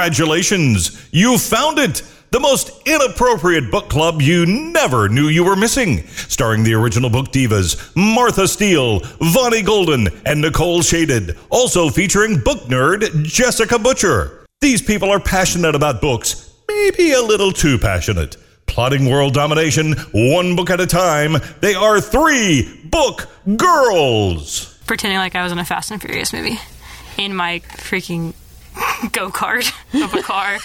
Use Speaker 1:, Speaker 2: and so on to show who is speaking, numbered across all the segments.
Speaker 1: Congratulations! You found it! The most inappropriate book club you never knew you were missing. Starring the original book divas Martha Steele, Vonnie Golden, and Nicole Shaded. Also featuring book nerd Jessica Butcher. These people are passionate about books, maybe a little too passionate. Plotting world domination, one book at a time, they are three book girls.
Speaker 2: pretending like I was in a Fast and Furious movie in my freaking go kart of a car.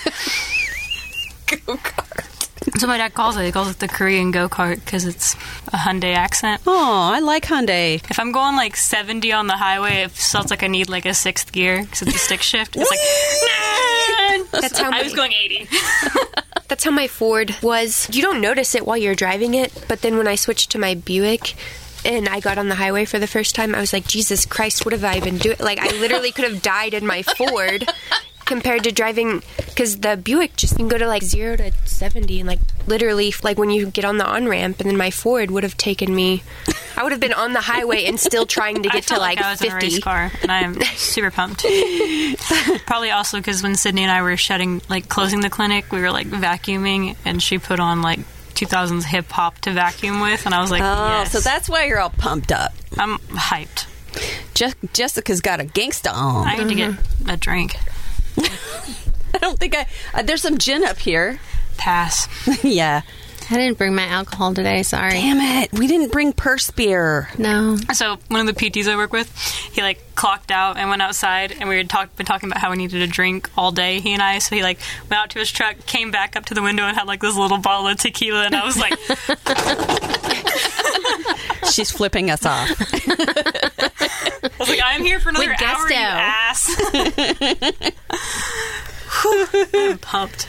Speaker 3: Go kart.
Speaker 2: so my dad calls it. He calls it the Korean go kart because it's a Hyundai accent.
Speaker 3: Oh, I like Hyundai.
Speaker 2: If I'm going like 70 on the highway, it sounds like I need like a sixth gear because it's a stick shift. It's like.
Speaker 4: That's how
Speaker 2: I was
Speaker 4: my,
Speaker 2: going 80.
Speaker 4: that's how my Ford was. You don't notice it while you're driving it, but then when I switched to my Buick and I got on the highway for the first time, I was like, Jesus Christ, what have I been doing? Like I literally could have died in my Ford. Compared to driving, because the Buick just can go to like zero to 70, and like literally, like when you get on the on ramp, and then my Ford would have taken me, I would have been on the highway and still trying to
Speaker 2: I
Speaker 4: get to
Speaker 2: felt
Speaker 4: like,
Speaker 2: I was
Speaker 4: 50.
Speaker 2: in a race car, and I am super pumped. Probably also because when Sydney and I were shutting, like closing the clinic, we were like vacuuming, and she put on like 2000s hip hop to vacuum with, and I was like,
Speaker 3: Oh,
Speaker 2: yes.
Speaker 3: so that's why you're all pumped up.
Speaker 2: I'm hyped.
Speaker 3: Je- Jessica's got a gangsta on.
Speaker 2: I need to get
Speaker 4: Mm-hmm.
Speaker 2: a drink.
Speaker 3: I don't think I. Uh, there's some gin up here.
Speaker 2: Pass.
Speaker 3: yeah.
Speaker 5: I didn't bring my alcohol today. Sorry.
Speaker 3: Damn it. We didn't bring purse beer.
Speaker 5: No.
Speaker 2: So one of the PTs I work with, he like clocked out and went outside, and we had talk- been talking about how we needed a drink all day. He and I, so he like went out to his truck, came back up to the window, and had like this little bottle of tequila, and I was like,
Speaker 3: She's flipping us off.
Speaker 2: I was like, I'm here for another
Speaker 5: With
Speaker 2: hour, you
Speaker 5: gusto.
Speaker 2: ass. Whew, I'm pumped.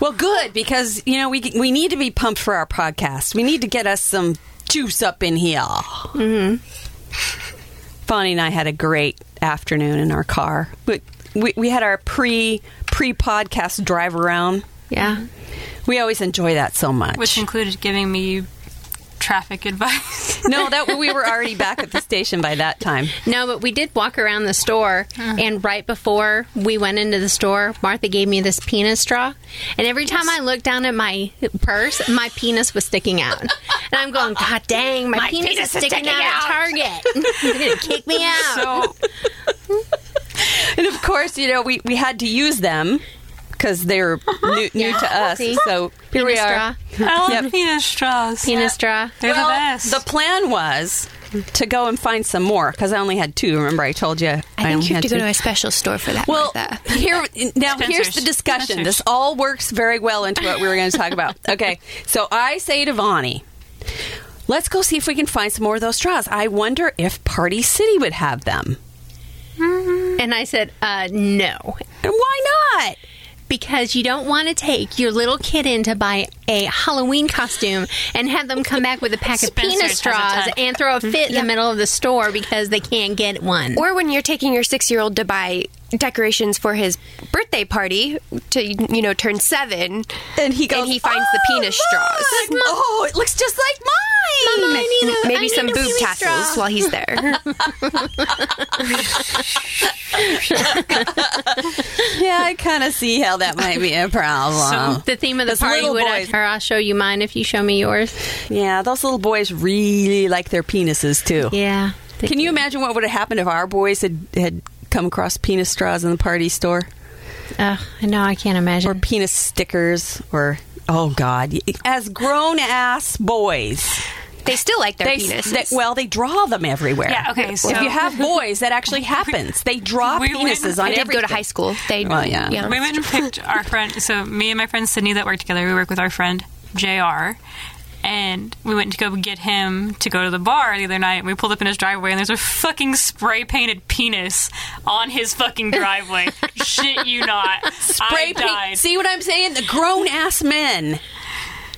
Speaker 3: Well, good because you know we we need to be pumped for our podcast. We need to get us some juice up in here. Mm-hmm. Bonnie and I had a great afternoon in our car. We we, we had our pre pre podcast drive around.
Speaker 5: Yeah.
Speaker 3: We always enjoy that so much.
Speaker 2: Which included giving me traffic advice.
Speaker 3: no, that we were already back at the station by that time.
Speaker 5: No, but we did walk around the store, and right before we went into the store, Martha gave me this penis straw, and every time I looked down at my purse, my penis was sticking out, and I'm going, God dang, my, penis, is sticking, out, at Target. You're gonna kick me out.
Speaker 2: So
Speaker 3: And of course, you know we we had to use them because they're new, new to us.
Speaker 5: See?
Speaker 3: So here
Speaker 5: penis
Speaker 3: we are.
Speaker 5: straw,
Speaker 2: I love
Speaker 3: Yep.
Speaker 2: penis straws.
Speaker 5: penis straw.
Speaker 2: They're
Speaker 3: Well,
Speaker 2: the best.
Speaker 3: The plan was to go and find some more because I only had two. Remember, I told you I,
Speaker 4: I
Speaker 3: only
Speaker 4: think you
Speaker 3: had
Speaker 4: have to go
Speaker 3: two.
Speaker 4: to a special store for that.
Speaker 3: well,
Speaker 4: Martha.
Speaker 3: here now here's
Speaker 2: Spencer's.
Speaker 3: the discussion.
Speaker 2: Spencer's.
Speaker 3: This all works very well into what we were going to talk about. Okay, so I say to Vonnie, "Let's go see if we can find some more of those straws. I wonder if Party City would have them.
Speaker 5: And I said, uh, no,
Speaker 3: And why not?
Speaker 5: because you don't want to take your little kid in to buy a Halloween costume and have them come back with a pack of
Speaker 2: Spencer's has
Speaker 5: penis
Speaker 2: a
Speaker 5: straws
Speaker 2: ton.
Speaker 5: and throw a fit in the middle of the store because they can't get one.
Speaker 4: Or when you're taking your six year old to buy decorations for his birthday party to, you know, turn seven.
Speaker 3: And he goes,
Speaker 4: And he finds the
Speaker 3: "Oh,
Speaker 4: penis
Speaker 3: look!
Speaker 4: straws.
Speaker 3: Oh, it looks just like mine.
Speaker 5: Mama, I need a- I
Speaker 4: Maybe
Speaker 5: need
Speaker 4: some
Speaker 5: a
Speaker 4: boob
Speaker 5: penis
Speaker 4: tassels
Speaker 5: straw.
Speaker 4: while he's there.
Speaker 3: yeah, I kind of see how that might be a problem.
Speaker 5: The theme of the
Speaker 3: Those
Speaker 5: party
Speaker 3: little
Speaker 5: would
Speaker 3: boys.
Speaker 5: I, or I'll show you mine if you show me yours.
Speaker 3: Yeah, those little boys really like their penises too.
Speaker 5: Yeah.
Speaker 3: Can you imagine what would have happened if our boys had, had come across penis straws in the party store
Speaker 5: Uh, no, I can't
Speaker 3: or
Speaker 5: imagine.
Speaker 3: penis stickers or oh god, as grown ass boys,
Speaker 4: They still like their
Speaker 3: they,
Speaker 4: penises.
Speaker 3: they- well they draw them everywhere.
Speaker 2: Yeah, okay, so-
Speaker 3: if you have boys, that actually happens. They draw
Speaker 2: We went-
Speaker 3: penises on
Speaker 4: I did
Speaker 3: everything.
Speaker 4: go to high school. They,
Speaker 3: Well, yeah.
Speaker 2: We went and picked our friend. So me and my friend Sydney that work together, we work with our friend Jr. And we went to go get him to go to the bar the other night, and we pulled up in his driveway, and there's a fucking spray painted penis on his fucking driveway. Shit, you not.
Speaker 3: Spray
Speaker 2: I
Speaker 3: paint.
Speaker 2: died.
Speaker 3: See what I'm saying? The grown ass men.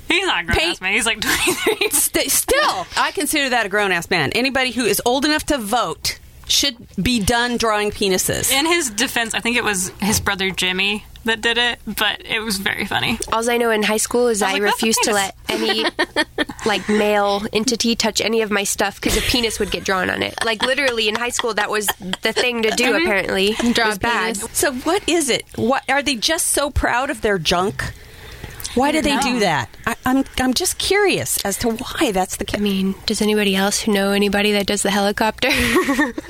Speaker 2: He's not grown
Speaker 3: paint-
Speaker 2: ass man. He's like 23.
Speaker 3: St- still, I consider that a grown ass man. Anybody who is old enough to vote should be done drawing penises.
Speaker 2: In his defense, I think it was his brother Jimmy that did it, but it was very funny.
Speaker 4: All I know in high school is I,
Speaker 2: like, that's a
Speaker 4: refused to let any like male entity touch any of my stuff because a penis would get drawn on it. Like literally in high school, that was the thing to do. Apparently,
Speaker 5: Draw
Speaker 4: it was
Speaker 5: a
Speaker 4: bad.
Speaker 5: penis.
Speaker 3: So what is it? What are they just so proud of their junk? Why do they do that? I, I'm I'm just curious as to why that's the
Speaker 4: I
Speaker 3: case.
Speaker 4: mean, does anybody else who know anybody that does the helicopter?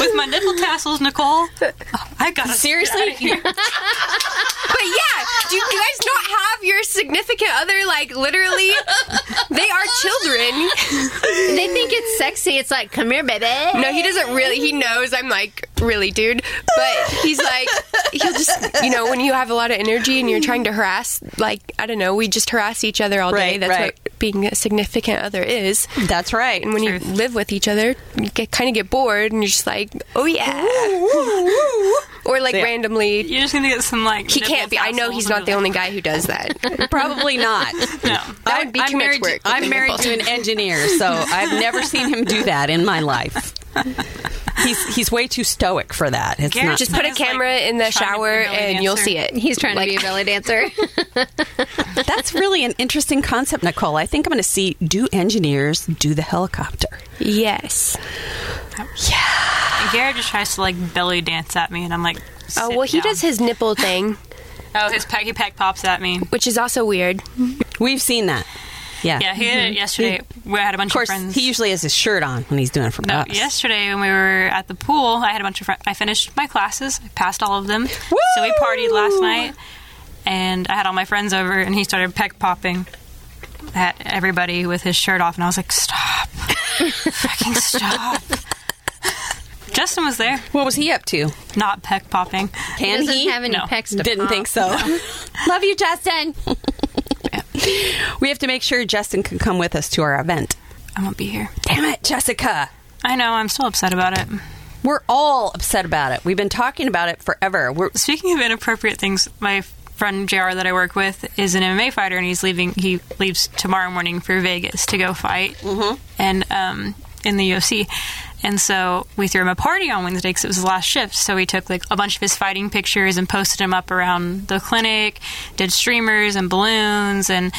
Speaker 2: With my nipple tassels, Nicole. Oh, I got
Speaker 3: Seriously?
Speaker 4: But yeah, do you guys not have your significant other? Like, literally, they are children.
Speaker 5: They think it's sexy. It's like, come here, baby.
Speaker 4: No, he doesn't really. He knows I'm like, really, dude. But he's like, he'll just, you know, when you have a lot of energy and you're trying to harass, like, I don't know, we just harass each other all day.
Speaker 3: Right,
Speaker 4: That's
Speaker 3: right.
Speaker 4: what being a significant other is.
Speaker 3: That's right.
Speaker 4: And when
Speaker 2: Truth.
Speaker 4: you live with each other, you get, kind of get bored and you're just like, oh yeah. or like
Speaker 3: Yeah.
Speaker 4: randomly.
Speaker 2: You're just gonna get some like.
Speaker 4: He can't be. I know he's not the only guy who does that.
Speaker 3: Probably not.
Speaker 2: No.
Speaker 4: That would be
Speaker 3: I'm
Speaker 4: too much
Speaker 3: married
Speaker 4: work.
Speaker 3: To, I'm married to an engineer, so I've never seen him do that in my life. He's he's way too stoic for that. It's
Speaker 2: Garrett
Speaker 3: not-
Speaker 4: Just put a
Speaker 2: It's like
Speaker 4: camera in
Speaker 2: trying to
Speaker 4: the
Speaker 2: be a
Speaker 4: shower
Speaker 2: belly
Speaker 4: and you'll
Speaker 2: dancer.
Speaker 4: see it.
Speaker 5: He's trying to be a belly dancer.
Speaker 3: that's really an interesting concept, Nicole. I think I'm going to see do engineers do the helicopter.
Speaker 4: Yes.
Speaker 2: Garrett just tries to like belly dance at me, and I'm like.
Speaker 4: Oh
Speaker 2: sit
Speaker 4: well, he
Speaker 2: down.
Speaker 4: does his nipple thing,
Speaker 2: Oh, his packy pack pops at me.
Speaker 4: which is also weird.
Speaker 3: We've seen that. Yeah.
Speaker 2: Yeah, he did it
Speaker 4: Mm-hmm.
Speaker 2: yesterday. We had a bunch of,
Speaker 3: Of course,
Speaker 2: friends.
Speaker 3: he usually has his shirt on when he's doing it for
Speaker 2: No,
Speaker 3: us.
Speaker 2: yesterday when we were at the pool, I had a bunch of friends. I finished my classes, I passed all of them. So we partied last night, and I had all my friends over, and he started peck popping at everybody with his shirt off, and I was like, "Stop, fucking stop!" Justin was there,
Speaker 3: What was he up to?
Speaker 2: not peck popping.
Speaker 3: Can
Speaker 5: doesn't
Speaker 3: he?
Speaker 5: have any
Speaker 2: No.
Speaker 5: pecs to
Speaker 3: Didn't
Speaker 5: pop.
Speaker 3: think so.
Speaker 5: Love you, Justin.
Speaker 3: we have to make sure Justin can come with us to our event.
Speaker 2: I won't be here.
Speaker 3: Damn it, Jessica.
Speaker 2: I know. I'm still upset about it.
Speaker 3: We're all upset about it. We've been talking about it forever. We're
Speaker 2: Speaking of inappropriate things, my friend JR that I work with is an MMA fighter, and he's leaving. He leaves tomorrow morning for Vegas to go fight, mm-hmm. and um, in the UFC. And so we threw him a party on Wednesday because it was his last shift. So we took like a bunch of his fighting pictures and posted them up around the clinic. Did streamers and balloons and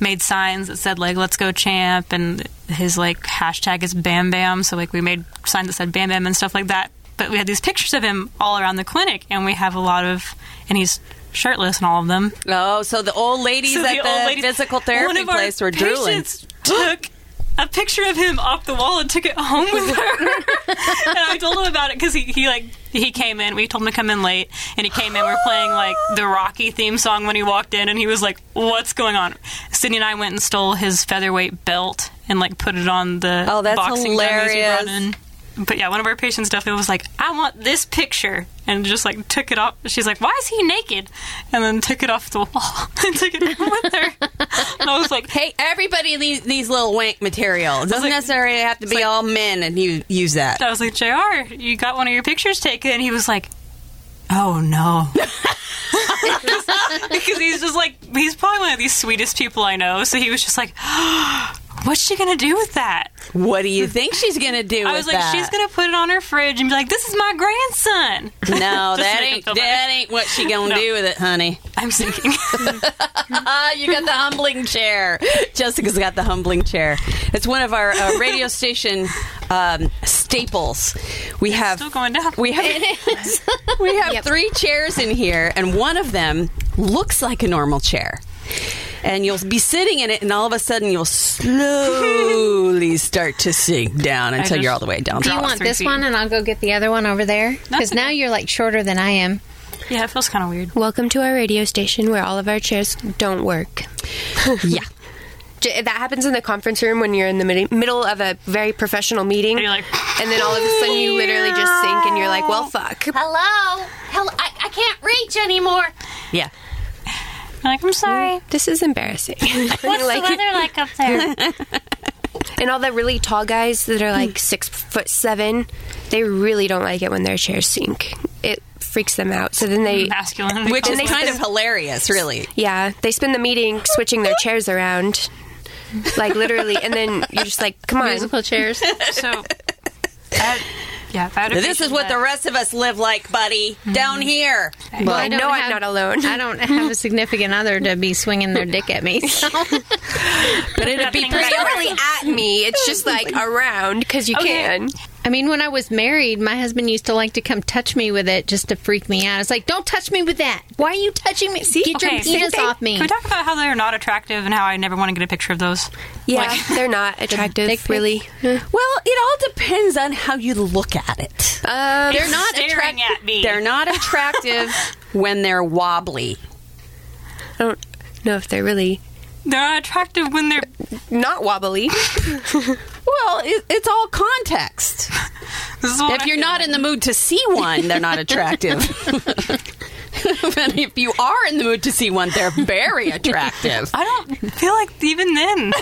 Speaker 2: made signs that said like "Let's go champ" and his like hashtag is Bam Bam. So like we made signs that said Bam Bam and stuff like that but we had these pictures of him all around the clinic, and we have a lot of, and he's shirtless in all of them.
Speaker 3: oh, so the old ladies
Speaker 2: So
Speaker 3: at the,
Speaker 2: old ladies-
Speaker 3: physical therapy
Speaker 2: one of our
Speaker 3: place were drooling.
Speaker 2: patients Took a picture of him off the wall and took it home with her. and I told him about it because he, he like he came in. We told him to come in late, and he came in. We're playing like the Rocky theme song when he walked in, and he was like, "What's going on?" Sydney and I went and stole his featherweight belt and like put it on the
Speaker 3: Oh, that's
Speaker 2: boxing dummies he brought
Speaker 3: hilarious.
Speaker 2: in. But yeah, one of our patients definitely was like, "I want this picture," and just like took it off. She's like, "Why is he naked?" And then took it off the wall and took it home with her. And I was like,
Speaker 3: Hey, everybody needs these little wank material. It doesn't
Speaker 2: like-
Speaker 3: necessarily have to be all men and you use that.
Speaker 2: I was like, JR, you got one of your pictures taken. And he was like, oh no. because he's just like, he's probably one of the sweetest people I know. So he was just like, what's she going to do with that?
Speaker 3: What do you think she's going to do
Speaker 2: I
Speaker 3: with
Speaker 2: was like,
Speaker 3: that?
Speaker 2: she's going to put it on her fridge and be like, this is my grandson.
Speaker 3: No,
Speaker 2: Just
Speaker 3: that
Speaker 2: make him
Speaker 3: ain't
Speaker 2: feel
Speaker 3: that
Speaker 2: better.
Speaker 3: ain't what she gonna
Speaker 2: No.
Speaker 3: do with it, honey.
Speaker 2: I'm thinking.
Speaker 3: Ah, you got the humbling chair. Jessica's got the humbling chair. It's one of our uh, radio station um, staples. We have
Speaker 2: still going down.
Speaker 3: We have we have three chairs in here, and one of them looks like a normal chair. And you'll be sitting in it, and all of a sudden you'll slowly start to sink down until
Speaker 2: just
Speaker 3: you're all the way down.
Speaker 5: Do you
Speaker 2: Draw
Speaker 5: want
Speaker 2: three
Speaker 5: this
Speaker 2: feet.
Speaker 5: one and I'll go get the other one over there? Because now you're like shorter than I am.
Speaker 2: yeah, it feels kind of weird.
Speaker 4: Welcome to our radio station where all of our chairs don't work.
Speaker 3: Yeah.
Speaker 4: J- That happens in the conference room when you're in the mid- middle of a very professional meeting.
Speaker 2: And you're like,
Speaker 4: and then all of a sudden you literally just sink and you're like, well, fuck.
Speaker 5: Hello? Hello? I, I can't reach anymore.
Speaker 3: Yeah.
Speaker 2: I'm like, I'm sorry.
Speaker 4: This is embarrassing. What's like,
Speaker 2: like up there?
Speaker 4: and all the really tall guys that are like six foot seven, they really don't like it when their chairs sink. It freaks them out. So then they,
Speaker 2: Masculine.
Speaker 3: Which is
Speaker 4: they
Speaker 3: kind of
Speaker 4: spend-
Speaker 3: hilarious, really.
Speaker 4: yeah, they spend the meeting switching their chairs around. Like literally, and then you're just like, "Come on,
Speaker 5: Musical chairs.
Speaker 2: so That- yeah, if I had a
Speaker 3: This is
Speaker 2: patient
Speaker 3: what the
Speaker 2: that-
Speaker 3: rest of us live like, buddy. Down here.
Speaker 5: Well,
Speaker 4: I
Speaker 5: don't
Speaker 4: know I'm
Speaker 5: have-
Speaker 4: not alone.
Speaker 5: I don't have a significant other to be swinging their dick at me. So.
Speaker 3: But it'd be
Speaker 2: Nothing
Speaker 3: pretty.
Speaker 4: It's not really at me. It's just like around because you can.
Speaker 5: I mean, when I was married, my husband used to like to come touch me with it just to freak me out. It's like, don't touch me with that. Why are you touching me? Get
Speaker 2: Okay,
Speaker 5: your penis off me.
Speaker 2: Can we talk about how they're not attractive and how I never want to get a picture of those?
Speaker 4: Yeah, they're not
Speaker 5: dick
Speaker 4: attractive,
Speaker 5: pic?
Speaker 4: really.
Speaker 3: Well, it all depends on how you look at it.
Speaker 4: Um,
Speaker 2: They're
Speaker 3: not
Speaker 2: staring
Speaker 3: attract-
Speaker 2: at me.
Speaker 3: They're not attractive when they're wobbly.
Speaker 4: I don't know if they're really
Speaker 2: They're not attractive when they're
Speaker 4: not wobbly.
Speaker 3: Well, it, it's all context.
Speaker 2: This is what
Speaker 3: If
Speaker 2: I
Speaker 3: you're
Speaker 2: feel.
Speaker 3: not in the mood to see one, they're not attractive. but if you are in the mood to see one, they're very attractive.
Speaker 2: I don't feel like even then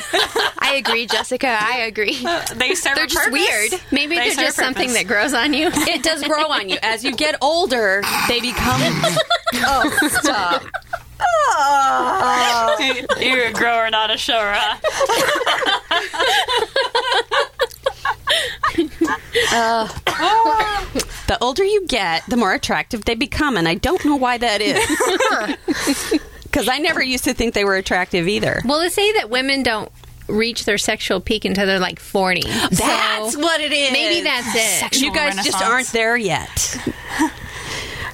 Speaker 4: I agree, Jessica. I agree.
Speaker 2: they serve.
Speaker 4: They're
Speaker 2: a
Speaker 4: just
Speaker 2: purpose.
Speaker 4: weird.
Speaker 5: Maybe
Speaker 2: They
Speaker 5: they're
Speaker 2: serve
Speaker 5: just
Speaker 2: a
Speaker 5: something
Speaker 2: purpose.
Speaker 5: that grows on you.
Speaker 3: It does grow on you. As you get older, they become. Oh, stop.
Speaker 2: You're a grower, not a shower. Huh?
Speaker 3: The older you get, the more attractive they become, and I don't know why that is. Because I never used to think they were attractive either.
Speaker 5: Well, they say that women don't reach their sexual peak until they're like 40.
Speaker 3: That's
Speaker 5: so
Speaker 3: what it is.
Speaker 5: maybe that's it.
Speaker 3: You
Speaker 2: Sexual
Speaker 3: guys just
Speaker 2: renaissance.
Speaker 3: aren't there yet.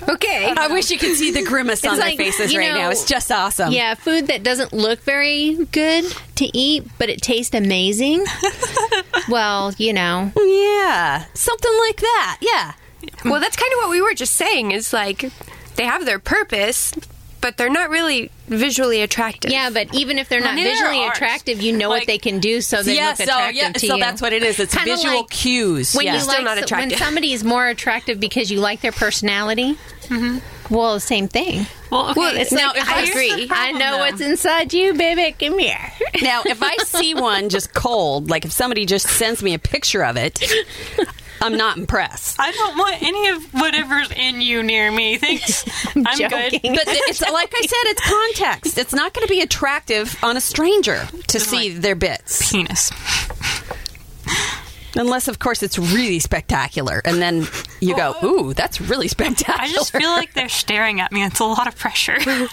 Speaker 5: Okay.
Speaker 3: I wish you could see the grimace on
Speaker 5: like,
Speaker 3: their faces
Speaker 5: you
Speaker 3: right
Speaker 5: know,
Speaker 3: now. It's just awesome.
Speaker 5: Yeah, food that doesn't look very good to eat, but it tastes amazing. well, you know,
Speaker 3: Yeah. Something like that. Yeah.
Speaker 4: well, that's kind of what we were just saying is like they have their purpose, but they're not really visually attractive.
Speaker 5: yeah, but even if they're not
Speaker 2: neither
Speaker 5: visually
Speaker 2: are ours.
Speaker 5: attractive, you know
Speaker 2: Like-
Speaker 5: what they can do, so they
Speaker 3: yeah,
Speaker 5: look
Speaker 3: so
Speaker 5: attractive
Speaker 3: yeah,
Speaker 5: to
Speaker 3: so
Speaker 5: you.
Speaker 3: that's what it is. It's
Speaker 5: Kinda
Speaker 3: visual
Speaker 5: like
Speaker 3: cues.
Speaker 5: When
Speaker 3: yeah.
Speaker 5: you
Speaker 4: Still
Speaker 5: like
Speaker 4: not
Speaker 5: so- when
Speaker 4: attractive.
Speaker 5: somebody is more attractive because you like their personality.
Speaker 3: Mm-hmm.
Speaker 5: Well, the same thing.
Speaker 2: Well, okay.
Speaker 4: it's
Speaker 5: No,
Speaker 4: like,
Speaker 5: if
Speaker 4: I
Speaker 5: I-
Speaker 4: agree.
Speaker 5: I know
Speaker 2: though.
Speaker 5: what's inside you, baby. Come here.
Speaker 3: now, if I see one just cold, like if somebody just sends me a picture of it, I'm not impressed.
Speaker 2: I don't want any of whatever's in you near me. Thanks. I'm
Speaker 5: Joking.
Speaker 2: good.
Speaker 3: But it's like I said, it's context. It's not going to be attractive on a stranger to see their bits,
Speaker 2: Penis.
Speaker 3: unless, of course, it's really spectacular, and then you go, "Ooh, that's really spectacular."
Speaker 2: I just feel like they're staring at me. It's a lot of pressure.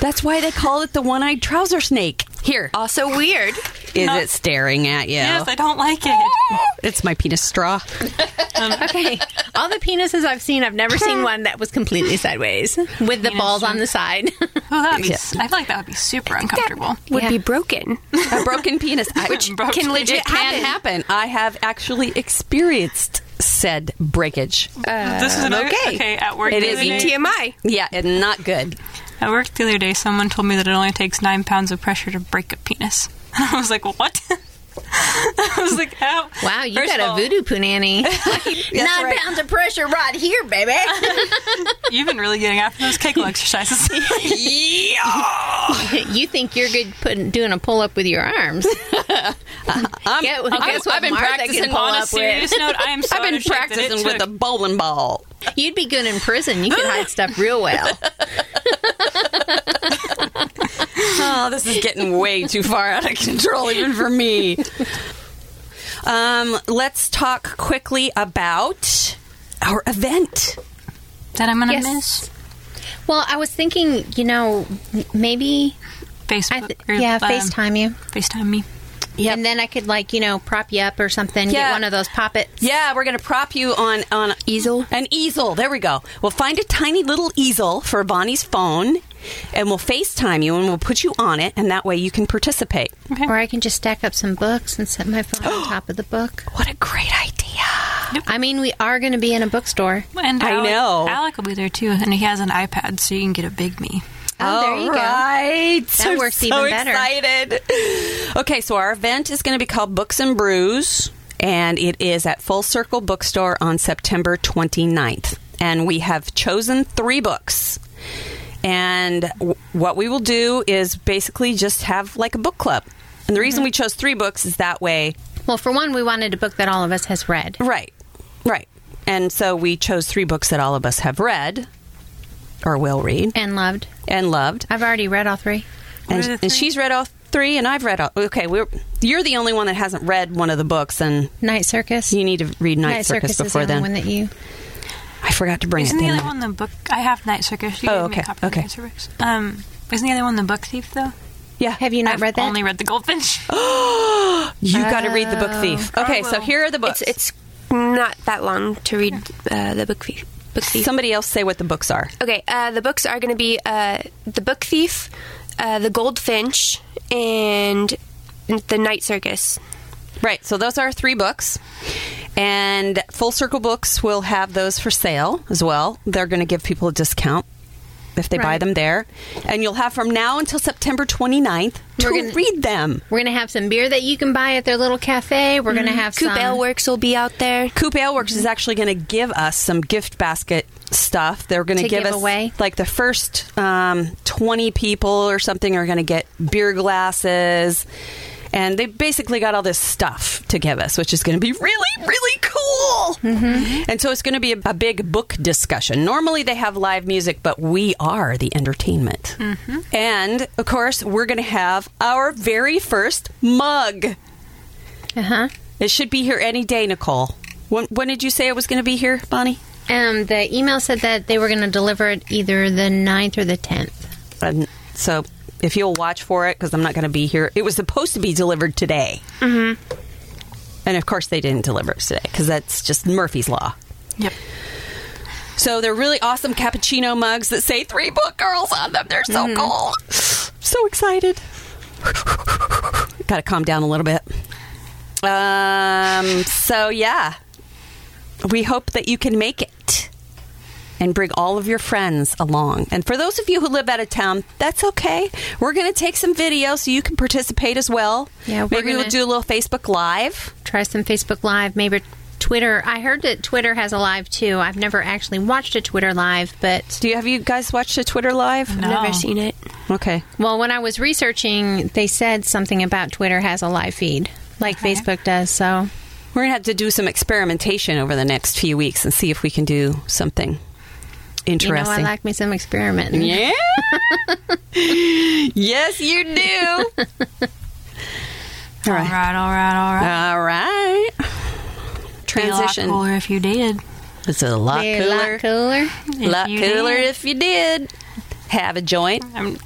Speaker 3: That's why they call it the one-eyed trouser snake. Here,
Speaker 4: Also weird.
Speaker 3: is
Speaker 2: not-
Speaker 3: it staring at you?
Speaker 2: yes, I don't like it.
Speaker 3: It's my penis straw.
Speaker 5: Okay. All the penises I've seen, I've never seen one that was completely sideways with the balls on the side.
Speaker 2: Oh, that'd be, I feel like that would be super uncomfortable.
Speaker 4: Would
Speaker 5: Yeah.
Speaker 4: be broken.
Speaker 3: A broken penis, I, which
Speaker 2: Broken.
Speaker 4: Can legit
Speaker 3: it can happen. I have actually experienced said breakage.
Speaker 2: this is another,
Speaker 4: okay.
Speaker 2: okay at work.
Speaker 3: It
Speaker 2: the
Speaker 3: is E
Speaker 2: other day-
Speaker 4: TMI.
Speaker 3: Yeah, and not good.
Speaker 2: At work the other day, someone told me that it only takes nine pounds of pressure to break a penis. And I was like, what? I was like, how?
Speaker 5: Wow, you
Speaker 2: First
Speaker 5: got
Speaker 2: of
Speaker 5: a
Speaker 2: all,
Speaker 5: voodoo punani. Nine
Speaker 3: right.
Speaker 5: pounds of pressure right here, baby.
Speaker 2: You've been really getting after those Kegel exercises.
Speaker 5: you think you're good putting, doing a pull up with your arms?
Speaker 3: I'm,
Speaker 5: Yeah, well, guess what
Speaker 3: I've been
Speaker 5: Martha can
Speaker 3: practicing.
Speaker 5: pull
Speaker 3: On
Speaker 2: On a
Speaker 5: up with-
Speaker 2: serious note, I am so
Speaker 3: I've
Speaker 2: out
Speaker 3: been
Speaker 2: of shape that it
Speaker 3: practicing with a
Speaker 2: took-
Speaker 3: bowling ball.
Speaker 5: You'd be good in prison. You could hide stuff real well.
Speaker 3: Oh, this is getting way too far out of control, even for me. Um, let's talk quickly about our event.
Speaker 2: that I'm gonna
Speaker 5: Yes.
Speaker 2: miss
Speaker 5: Well, I was thinking, you know, maybe I
Speaker 2: Facebook.
Speaker 5: th-
Speaker 2: or,
Speaker 5: yeah,
Speaker 2: um,
Speaker 5: FaceTime you,
Speaker 2: FaceTime me.
Speaker 3: Yep.
Speaker 5: and then I could like you know prop you up or something.
Speaker 3: Yeah.
Speaker 5: Get one of those poppets.
Speaker 3: Yeah, we're going to prop you on on easel. An easel. There we go. We'll find a tiny little easel for Bonnie's phone, and we'll FaceTime you, and we'll put you on it, and that way you can participate.
Speaker 5: Or I can just stack up some books and set my phone on top of the book.
Speaker 3: What a great idea!
Speaker 5: I mean, we are going to be in a bookstore.
Speaker 2: And
Speaker 3: I
Speaker 2: Alec,
Speaker 3: know.
Speaker 2: Alec will be there too, and he has an iPad, so you can get a big me.
Speaker 5: Oh, there you go.
Speaker 3: Right.
Speaker 5: That
Speaker 3: I'm
Speaker 5: works
Speaker 3: so
Speaker 5: even better.
Speaker 3: Excited. Okay, so our event is going to be called Books and Brews, and it is at Full Circle Bookstore on September 29th. And we have chosen three books. And w- what we will do is basically just have like a book club. And the reason
Speaker 5: Mm-hmm.
Speaker 3: we chose three books is that way
Speaker 5: Well, for one, we wanted a book that all of us has read.
Speaker 3: Right, right. And so we chose three books that all of us have read or will read
Speaker 5: and loved.
Speaker 3: and loved.
Speaker 5: I've already read all three.
Speaker 3: And,
Speaker 2: are the
Speaker 3: and
Speaker 2: three?
Speaker 3: she's read all three, and I've read. All, okay, we're, you're the only one that hasn't read one of the books, and
Speaker 5: Night Circus.
Speaker 3: you need to read Night,
Speaker 5: Night
Speaker 3: Circus,
Speaker 5: Circus, is
Speaker 3: before
Speaker 5: the
Speaker 3: then.
Speaker 5: only one that you.
Speaker 3: I forgot to bring
Speaker 2: Isn't
Speaker 3: it.
Speaker 2: the
Speaker 3: didn't
Speaker 2: other
Speaker 3: I?
Speaker 2: one the book? I have Night Circus. You
Speaker 3: Oh,
Speaker 2: gave me a
Speaker 3: okay,
Speaker 2: copy of
Speaker 3: okay.
Speaker 2: Night Circus. Um, isn't the other one the book thief though?
Speaker 3: Yeah,
Speaker 5: Have you not
Speaker 2: I've
Speaker 5: read that?
Speaker 2: only read the Goldfinch.
Speaker 3: you got to read the Book Thief. Okay, so
Speaker 2: will.
Speaker 3: here are the books.
Speaker 4: It's it's not that long to read uh, the book fee. Book fee.
Speaker 3: Somebody else say what the books are.
Speaker 4: Okay, uh, the books are going to be uh, The Book Thief, uh, The Goldfinch, and The Night Circus.
Speaker 3: Right. So those are three books. And Full Circle Books will have those for sale as well. They're going to give people a discount if they buy
Speaker 5: Right.
Speaker 3: them there. And you'll have from now until September 29th to
Speaker 5: We're gonna-
Speaker 3: read them.
Speaker 5: We're gonna have some beer that you can buy at their little cafe. We're
Speaker 3: Mm-hmm.
Speaker 5: gonna have
Speaker 4: Coop
Speaker 5: some.
Speaker 4: Ale Works will be out there.
Speaker 3: Coop Ale Works is actually going to give us some gift basket stuff. They're going
Speaker 5: To
Speaker 3: give,
Speaker 5: give
Speaker 3: us
Speaker 5: away?
Speaker 3: like the first um, twenty people or something are going to get beer glasses, and they basically got all this stuff to give us, which is going to be really really cool. Mm-hmm. And so it's going to be a, a big book discussion. Normally they have live music, but we are the entertainment, and of course we're going to have our very first mug.
Speaker 5: Uh huh.
Speaker 3: It should be here any day, Nicole. When, when did you say it was going to be here, Bonnie?
Speaker 5: Um, the email said that they were gonna deliver it either the 9th or the tenth.
Speaker 3: And Uh, so, if you'll watch for it, because I'm not going to be here. It was supposed to be delivered today, mm-hmm. and of course they didn't deliver it today because that's just Murphy's law.
Speaker 2: Yep.
Speaker 3: So they're really awesome cappuccino mugs that say three book girls on them. They're so cool. So excited. Got to calm down a little bit. Um, so yeah, we hope that you can make it and bring all of your friends along. And for those of you who live out of town, that's okay. We're going to take some video so you can participate as well.
Speaker 5: Yeah, we're
Speaker 3: maybe we'll
Speaker 5: gonna-
Speaker 3: do a little Facebook Live.
Speaker 5: Try some Facebook Live, maybe Twitter. I heard that Twitter has a live too. I've never actually watched a Twitter live, but
Speaker 3: Do you have you guys watched a Twitter Live?
Speaker 2: No.
Speaker 4: Never seen it.
Speaker 3: Okay.
Speaker 5: well, when I was researching, they said something about Twitter has a live feed like Facebook does. So
Speaker 3: We're going to have to do some experimentation over the next few weeks and see if we can do something
Speaker 5: you know,
Speaker 3: interesting.
Speaker 5: I like me some experimenting.
Speaker 3: yeah. yes, you do. All
Speaker 2: All
Speaker 3: right.
Speaker 2: right. All right. All right.
Speaker 3: All right.
Speaker 2: Be a lot
Speaker 3: Transition.
Speaker 2: cooler if you dated.
Speaker 3: It's a lot
Speaker 5: Be a
Speaker 3: cooler.
Speaker 5: lot cooler.
Speaker 2: If
Speaker 3: lot
Speaker 2: you
Speaker 3: cooler
Speaker 2: did.
Speaker 3: if you did. Have a joint.
Speaker 2: I'm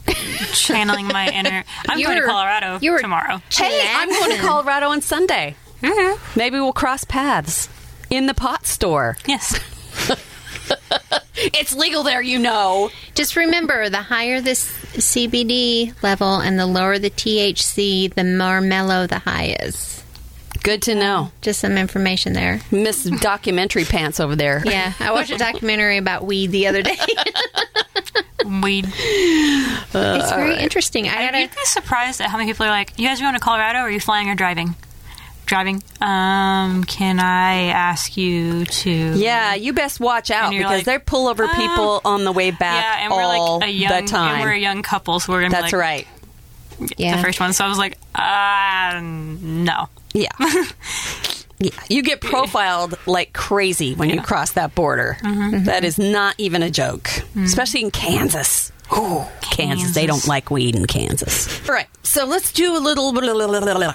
Speaker 2: channeling my inner. I'm going to
Speaker 5: You're-
Speaker 2: Colorado
Speaker 5: you're-
Speaker 2: tomorrow.
Speaker 3: Hey, I'm going to
Speaker 5: Jackson.
Speaker 3: Colorado on Sunday.
Speaker 2: Mhm.
Speaker 3: Maybe we'll cross paths in the pot store.
Speaker 2: Yes.
Speaker 3: It's legal there, you know.
Speaker 5: Just remember, the higher the s- CBD level and the lower the THC, the more mellow the high is.
Speaker 3: Good to know.
Speaker 5: Just some information there.
Speaker 3: Miss Documentary Pants over there.
Speaker 5: Yeah, I watched a documentary about weed the other day.
Speaker 2: Weed.
Speaker 5: it's very interesting. I
Speaker 2: You'd
Speaker 5: gotta.
Speaker 2: be surprised at how many people are like, "You guys going to Colorado? Or are you flying or driving?" Driving. Um, can I ask you to?
Speaker 3: Yeah, you best watch out
Speaker 2: And you're like,
Speaker 3: because they pull over
Speaker 2: "Ah."
Speaker 3: people on the way back
Speaker 2: Yeah, and we're
Speaker 3: all
Speaker 2: like a young,
Speaker 3: the
Speaker 2: and we're a
Speaker 3: time.
Speaker 2: young couple, so we're gonna
Speaker 3: That's
Speaker 2: be like
Speaker 3: right.
Speaker 5: Yeah.
Speaker 2: the first one. So I was like, uh, no.
Speaker 3: Yeah. yeah. You get profiled like crazy when you cross that border. That is not even a joke, especially in Kansas. Ooh, Mm-hmm. Kansas. They don't like weed in Kansas. All right. So let's do a little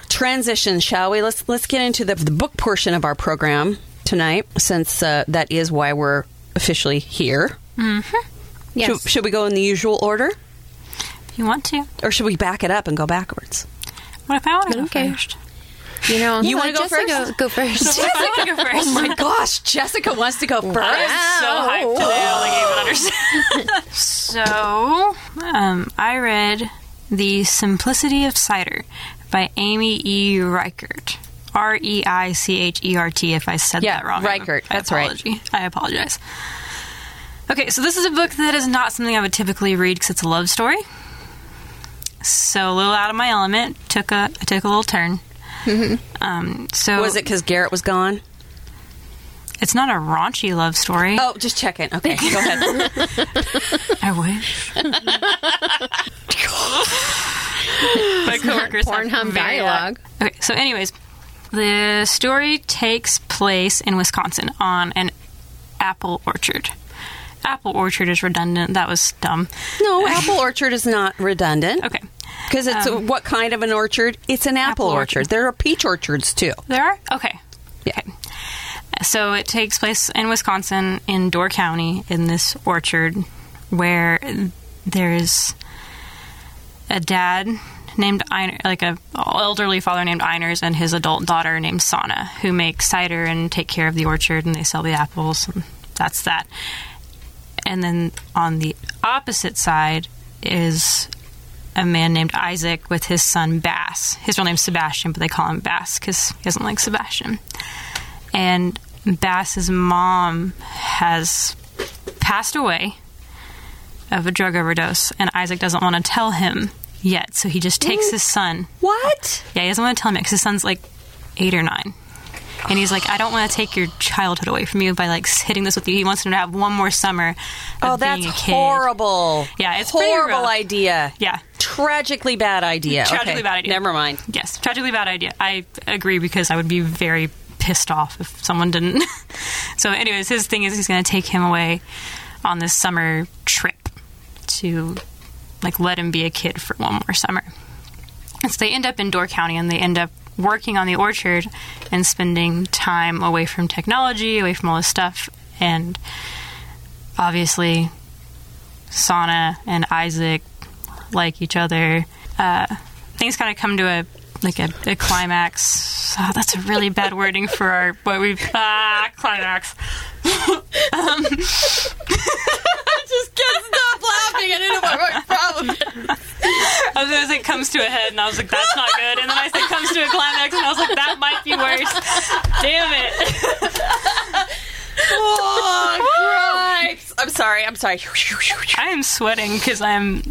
Speaker 3: transition, shall we? Let's let's get into the, the book portion of our program tonight, since uh, that is why we're officially here.
Speaker 5: Yes.
Speaker 3: Should, should we go in the usual order,
Speaker 2: If you want to,
Speaker 3: or should we back it up and go backwards?
Speaker 2: what if I want to go
Speaker 4: Okay.
Speaker 2: first?
Speaker 5: You know,
Speaker 3: You wanna go
Speaker 4: Jessica,
Speaker 3: first?
Speaker 4: Go first.
Speaker 2: If I wanna go first.
Speaker 3: Oh my gosh, Jessica wants to go first.
Speaker 2: so hyped today. I don't think I even understand. so, um, I read The Simplicity of Cider by Amy E. Reichert. R E I C H E R T, if I said
Speaker 3: Yeah,
Speaker 2: that wrong.
Speaker 3: Reichert,
Speaker 2: I,
Speaker 3: that's right.
Speaker 2: apology. I apologize. Okay, so this is a book that is not something I would typically read because it's a love story. So a little out of my element. Took a I took a little turn. Um, so
Speaker 3: Was it because Garrett was gone?
Speaker 2: It's not a raunchy love story.
Speaker 3: Oh, just check it. Okay, go ahead.
Speaker 2: I wish. My coworkers have
Speaker 5: Pornhub
Speaker 2: very uh,
Speaker 5: dialogue.
Speaker 2: loud- Okay, so anyways, the story takes place in Wisconsin on an apple orchard. Apple orchard is redundant. That was dumb.
Speaker 3: no, apple orchard is not redundant.
Speaker 2: Okay. Um,
Speaker 3: Because it's a- what kind of an orchard? It's an apple,
Speaker 2: Apple
Speaker 3: orchard.
Speaker 2: orchard.
Speaker 3: There are peach orchards too.
Speaker 2: There are? Okay.
Speaker 3: Yeah.
Speaker 2: Okay. So it takes place in Wisconsin in Door County in this orchard where there's a dad named Einer, like a elderly father named Einers and his adult daughter named Sana who make cider and take care of the orchard and they sell the apples and that's that. And then on the opposite side is a man named Isaac with his son Bass. His real name's Sebastian, but they call him Bass because he doesn't like Sebastian. And Bass's mom has passed away of a drug overdose, and Isaac doesn't want to tell him yet, so he just takes his son.
Speaker 3: What?
Speaker 2: Yeah, he doesn't want to tell him because his son's like eight or nine. And he's like, I don't want to take your childhood away from you by like hitting this with you. He wants him to have one more summer. Of
Speaker 3: Oh, that's
Speaker 2: being a kid.
Speaker 3: horrible.
Speaker 2: Yeah, it's pretty
Speaker 3: horrible
Speaker 2: rough.
Speaker 3: idea.
Speaker 2: Yeah.
Speaker 3: Tragically bad idea.
Speaker 2: Tragically
Speaker 3: Okay,
Speaker 2: bad idea.
Speaker 3: Never mind.
Speaker 2: Yes, tragically bad idea. I agree because I would be very pissed off if someone didn't. so, anyways, his thing is he's going to take him away on this summer trip to like let him be a kid for one more summer. And so they end up in Door County and they end up working on the orchard and spending time away from technology, away from all this stuff. And obviously, Sana and Isaac like each other. Uh, things kind of come to a like a, a climax. Oh, that's a really bad wording for our what we've ah climax. Um,
Speaker 3: Just can't stop laughing. I didn't know what problem.
Speaker 2: I was, I was like comes to a head, and I was like that's not good. And then I said comes to a climax, and I was like that might be worse. Damn it!
Speaker 3: Oh, cripes. I'm sorry. I'm sorry.
Speaker 2: I am sweating because I'm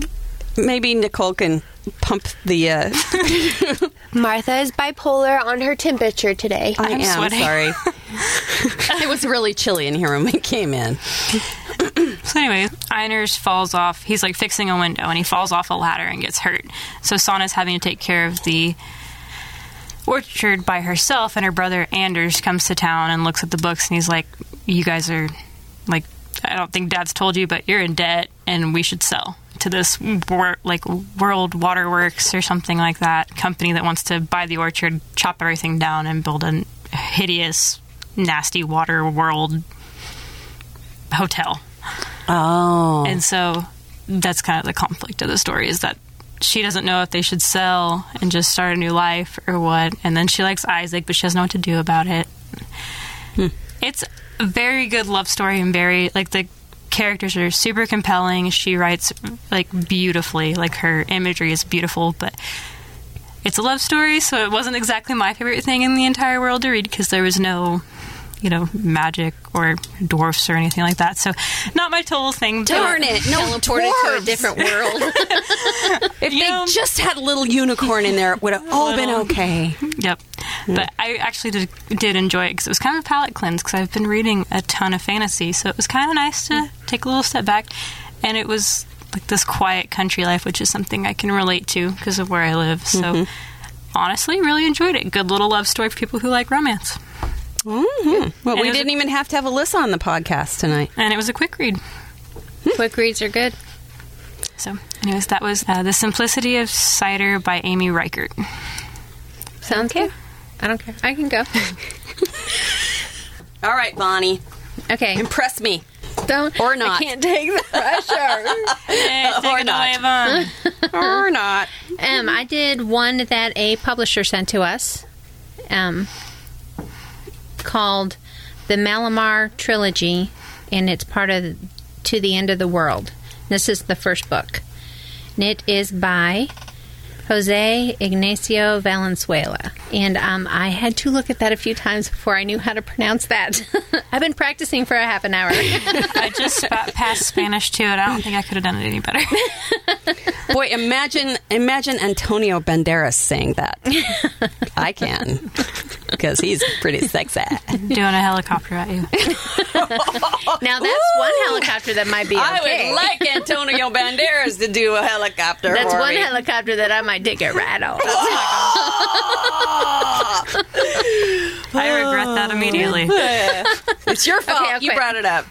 Speaker 3: Maybe Nicole can pump the. Uh,
Speaker 4: Martha is bipolar on her temperature today.
Speaker 3: I am
Speaker 2: sweating.
Speaker 3: sorry. it was really chilly in here when we came in.
Speaker 2: So anyways, Einers falls off. He's like fixing a window and he falls off a ladder and gets hurt. So Sana's having to take care of the orchard by herself and her brother Anders comes to town and looks at the books and he's like, "You guys are like I don't think dad's told you, but you're in debt and we should sell." To this wor- like World Waterworks or something like that company that wants to buy the orchard, chop everything down, and build a hideous, nasty water world hotel.
Speaker 3: Oh.
Speaker 2: And so that's kind of the conflict of the story is that she doesn't know if they should sell and just start a new life or what. And then she likes Isaac, but she doesn't know what to do about it. It's a very good love story and very like the characters are super compelling. She writes like beautifully. Like her imagery is beautiful, but it's a love story, so it wasn't exactly my favorite thing in the entire world to read because there was no, you know, magic or dwarfs or anything like that. So, not my total thing. but-
Speaker 5: Darn it! No, teleported to a
Speaker 3: dwarves.
Speaker 5: different world.
Speaker 3: If
Speaker 2: You
Speaker 3: they
Speaker 2: know-
Speaker 3: just had a little unicorn in there, it would have all been
Speaker 2: Little.
Speaker 3: okay.
Speaker 2: Yep. But I actually did, did enjoy it because it was kind of a palate cleanse because I've been reading a ton of fantasy. So it was kind of nice to take a little step back. And it was like this quiet country life, which is something I can relate to because of where I live. So honestly, really enjoyed it. Good little love story for people who like romance.
Speaker 3: Mm-hmm. Well,
Speaker 2: And
Speaker 3: we
Speaker 2: it was
Speaker 3: didn't
Speaker 2: a-
Speaker 3: even have to have Alyssa on the podcast tonight.
Speaker 2: And it was a quick read.
Speaker 5: Quick reads are good.
Speaker 2: So, anyways, that was uh, The Simplicity of Cider by Amy Reichert.
Speaker 5: Sounds good. I don't care. I can go.
Speaker 3: All right, Bonnie,
Speaker 5: Okay.
Speaker 3: impress me.
Speaker 5: Don't
Speaker 3: Or not.
Speaker 5: I can't take the pressure.
Speaker 2: Hey, take
Speaker 3: Or
Speaker 2: it
Speaker 3: not.
Speaker 2: away, Vaughn.
Speaker 3: or not.
Speaker 5: Um, I did one that a publisher sent to us, um, called the Malamar Trilogy, and it's part of To the End of the World. This is the first book, and it is by Jose Ignacio Valenzuela. And um, I had to look at that a few times before I knew how to pronounce that. I've been practicing for a half an hour.
Speaker 2: I just spat past Spanish too, and I don't think I could have done it any better.
Speaker 3: Boy, imagine imagine Antonio Banderas saying that. I can. Because he's pretty sexy.
Speaker 2: Doing a helicopter at you.
Speaker 5: now that's one helicopter that might be okay.
Speaker 3: like Antonio Banderas to do a helicopter.
Speaker 5: that's one helicopter that I might take a ride on.
Speaker 2: I regret that immediately. Oh.
Speaker 3: it's your fault.
Speaker 5: I'll
Speaker 3: You
Speaker 5: quit.
Speaker 3: brought it up.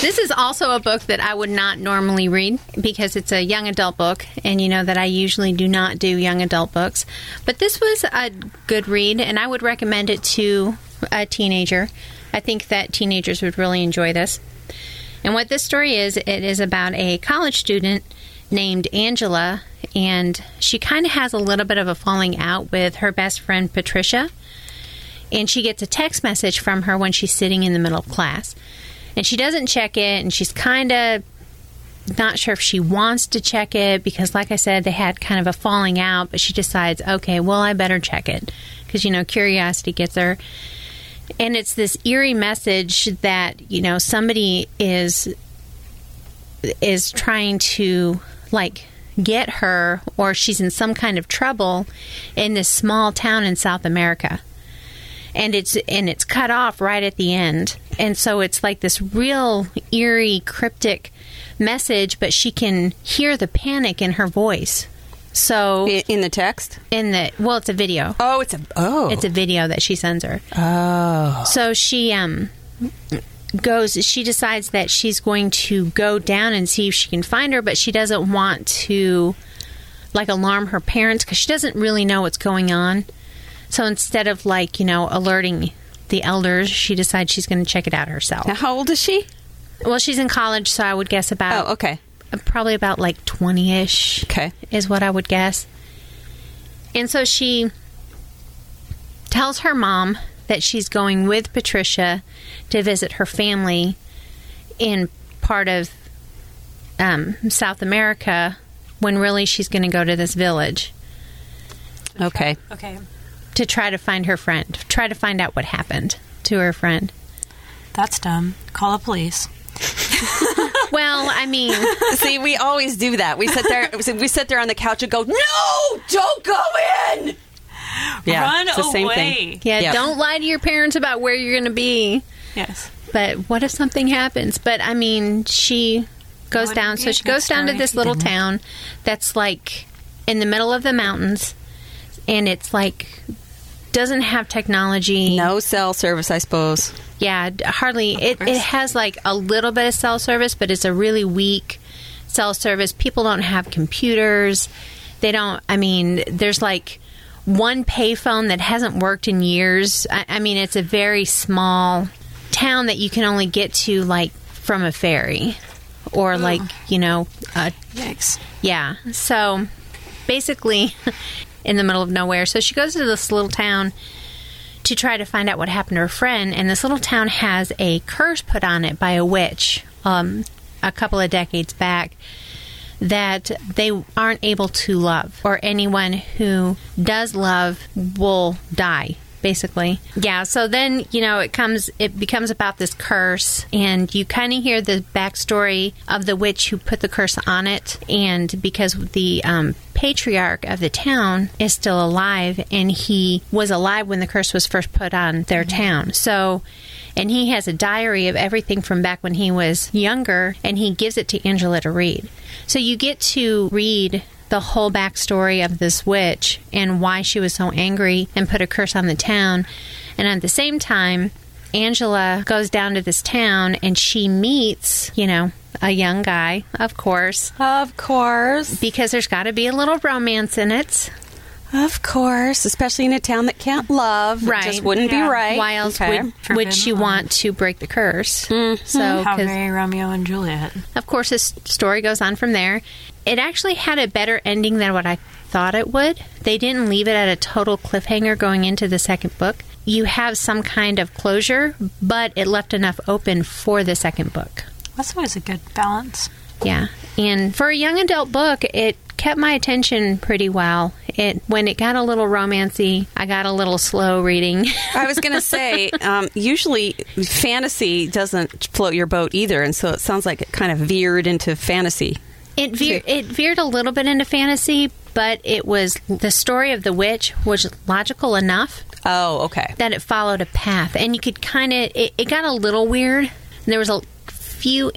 Speaker 5: This is also a book that I would not normally read because it's a young adult book, and you know that I usually do not do young adult books. But this was a good read, and I would recommend it to a teenager. I think that teenagers would really enjoy this. And what this story is, it is about a college student named Angela, and she kind of has a little bit of a falling out with her best friend Patricia and she gets a text message from her when she's sitting in the middle of class. And she doesn't check it, and she's kind of not sure if she wants to check it because, like I said, they had kind of a falling out, but she decides, okay, well, I better check it because, you know, curiosity gets her. And it's this eerie message that, you know, somebody is is trying to like get her or she's in some kind of trouble in this small town in South America and it's and it's cut off right at the end and so it's like this real eerie cryptic message but she can hear the panic in her voice so
Speaker 3: I- in the text.
Speaker 5: in the well it's a video
Speaker 3: Oh, it's a oh,
Speaker 5: it's a video that she sends her oh so she um goes she decides that she's going to go down and see if she can find her but she doesn't want to like alarm her parents because she doesn't really know what's going on so instead of like you know alerting the elders she decides she's going to check it out herself
Speaker 3: Now, how old is she?
Speaker 5: well she's in college so i would guess about
Speaker 3: Oh, okay.
Speaker 5: probably about like 20 ish.
Speaker 3: Okay.
Speaker 5: Is what I would guess. And so she tells her mom that she's going with Patricia to visit her family in part of um, South America when really she's going to go to this village
Speaker 3: Okay.
Speaker 2: Okay.
Speaker 5: to try to find her friend, try to find out what happened to her friend.
Speaker 2: That's dumb. Call the police.
Speaker 5: Well, I mean,
Speaker 3: See, we always do that. We sit there. We sit there on the couch and go, "No, don't go in." Yeah,
Speaker 2: Run
Speaker 3: it's the
Speaker 2: away.
Speaker 3: same thing.
Speaker 5: yeah,
Speaker 3: Yeah.
Speaker 5: don't lie to your parents about where you're going to be.
Speaker 2: Yes.
Speaker 5: But what if something happens? But I mean, she goes
Speaker 2: What
Speaker 5: down.
Speaker 2: if
Speaker 5: So
Speaker 2: you
Speaker 5: she goes down to
Speaker 2: decide
Speaker 5: this
Speaker 2: you
Speaker 5: little
Speaker 2: didn't?
Speaker 5: town that's like in the middle of the mountains, and it's like doesn't have technology.
Speaker 3: No cell service, I suppose.
Speaker 5: Yeah, d- hardly. It, it
Speaker 2: course.
Speaker 5: has like a little bit of cell service, but it's a really weak cell service. People don't have computers. They don't. I mean, there's like one payphone that hasn't worked in years. I, I mean, it's a very small town that you can only get to like from a ferry or like you know a
Speaker 2: Yikes.
Speaker 5: yeah. So basically, in the middle of nowhere. So she goes to this little town to try to find out what happened to her friend. And this little town has a curse put on it by a witch um, a couple of decades back that they aren't able to love, or anyone who does love will die. Basically, yeah. So then you know it comes, it becomes about this curse, and you kind of hear the backstory of the witch who put the curse on it, and because the um, patriarch of the town is still alive, and he was alive when the curse was first put on their town. So and he has a diary of everything from back when he was younger, and he gives it to Angela to read. So you get to read the whole backstory of this witch and why she was so angry and put a curse on the town. And at the same time, Angela goes down to this town and she meets, you know, a young guy, of course,
Speaker 3: Of course,
Speaker 5: because there's got to be a little romance in it.
Speaker 3: of course, especially in a town that can't love. It
Speaker 5: Right.
Speaker 3: just wouldn't
Speaker 2: Yeah.
Speaker 3: be right.
Speaker 5: Why else
Speaker 3: Okay. Mm-hmm.
Speaker 5: would,
Speaker 2: Forbidden
Speaker 5: would she
Speaker 2: love.
Speaker 5: want to break the curse?
Speaker 4: Oh,
Speaker 5: So,
Speaker 2: How
Speaker 5: 'cause-
Speaker 2: very Romeo and Juliet.
Speaker 5: Of course, this story goes on from there. It actually had a better ending than what I thought it would. They didn't leave it at a total cliffhanger going into the second book. You have some kind of closure, but it left enough open for the second book.
Speaker 2: That's always a good balance.
Speaker 5: Yeah. And for a young adult book, it kept my attention pretty well. It when it got a little romancy, I got a little slow reading.
Speaker 3: I was going to say, um, usually fantasy doesn't float your boat either, and so it sounds like it kind of veered into fantasy.
Speaker 5: It veered, it veered a little bit into fantasy, but it was the story of the witch was logical enough
Speaker 3: Oh, okay.
Speaker 5: that it followed a path and you could kind of it, it got a little weird there was a few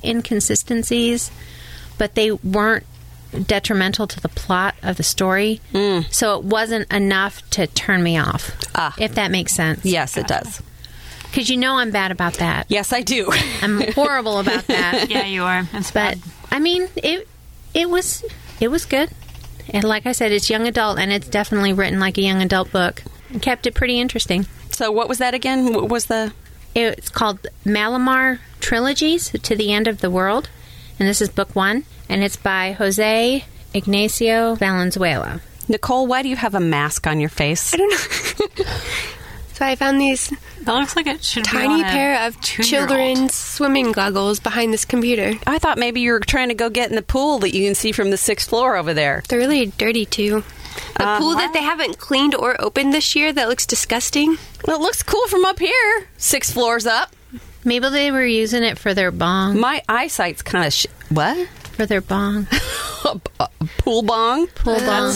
Speaker 5: inconsistencies but they weren't detrimental to the plot of the story so it wasn't enough to turn me off
Speaker 3: Ah.
Speaker 5: if that makes sense
Speaker 3: Yes, it does.
Speaker 5: because you know I'm bad about that.
Speaker 3: Yes, I do.
Speaker 5: I'm horrible about that.
Speaker 2: Yeah, you are. It's
Speaker 5: But
Speaker 2: bad.
Speaker 5: I mean, it it was it was good. And like I said, it's young adult, and it's definitely written like a young adult book. It kept it pretty interesting.
Speaker 3: So what was that again? What was the
Speaker 5: It's called Malamar Trilogies to the End of the World, and this is book one, and it's by Jose Ignacio Valenzuela.
Speaker 3: Nicole? Why do you have a mask on your face?
Speaker 4: I don't know. so I found these
Speaker 2: That looks like it should be
Speaker 4: tiny
Speaker 2: on a
Speaker 4: pair of
Speaker 2: two-year-old.
Speaker 4: children's swimming goggles behind this computer.
Speaker 3: I thought maybe you were trying to go get in the pool that you can see from the sixth floor over there.
Speaker 4: They're really dirty too. The pool that they haven't cleaned or opened this year that looks disgusting.
Speaker 3: Well, it looks cool from up here, six floors up.
Speaker 5: Maybe they were using it for their bong,
Speaker 3: My eyesight's kind of sh- what?
Speaker 5: for their bong,
Speaker 3: A b- a pool bong?
Speaker 5: pool bong.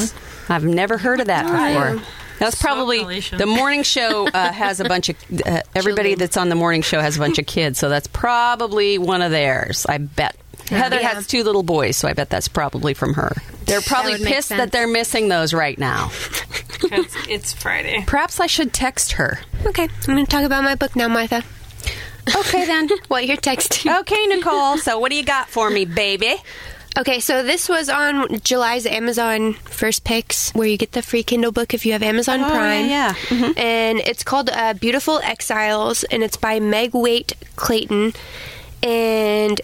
Speaker 3: I've never heard of that before. That's
Speaker 2: So
Speaker 3: probably
Speaker 2: Galatian.
Speaker 3: the morning show uh, has a bunch of uh, everybody that's on the morning show has a bunch of kids, so that's probably one of theirs. I bet. Heather
Speaker 4: Yeah.
Speaker 3: has two little boys, so I bet that's probably from her. They're probably
Speaker 5: would make
Speaker 3: pissed that
Speaker 5: sense.
Speaker 3: they're missing those right now.
Speaker 2: 'Cause it's Friday.
Speaker 3: Perhaps I should text her.
Speaker 4: Okay, I'm going to talk about my book now, Martha.
Speaker 3: Okay then.
Speaker 4: While you're texting.
Speaker 3: okay, Nicole. So what do you got for me, baby?
Speaker 4: Okay, so this was on July's Amazon first picks, where you get the free Kindle book if you have Amazon
Speaker 3: Oh,
Speaker 4: Prime.
Speaker 3: yeah, yeah.
Speaker 4: And it's called uh, Beautiful Exiles, and it's by Meg Waite Clayton. And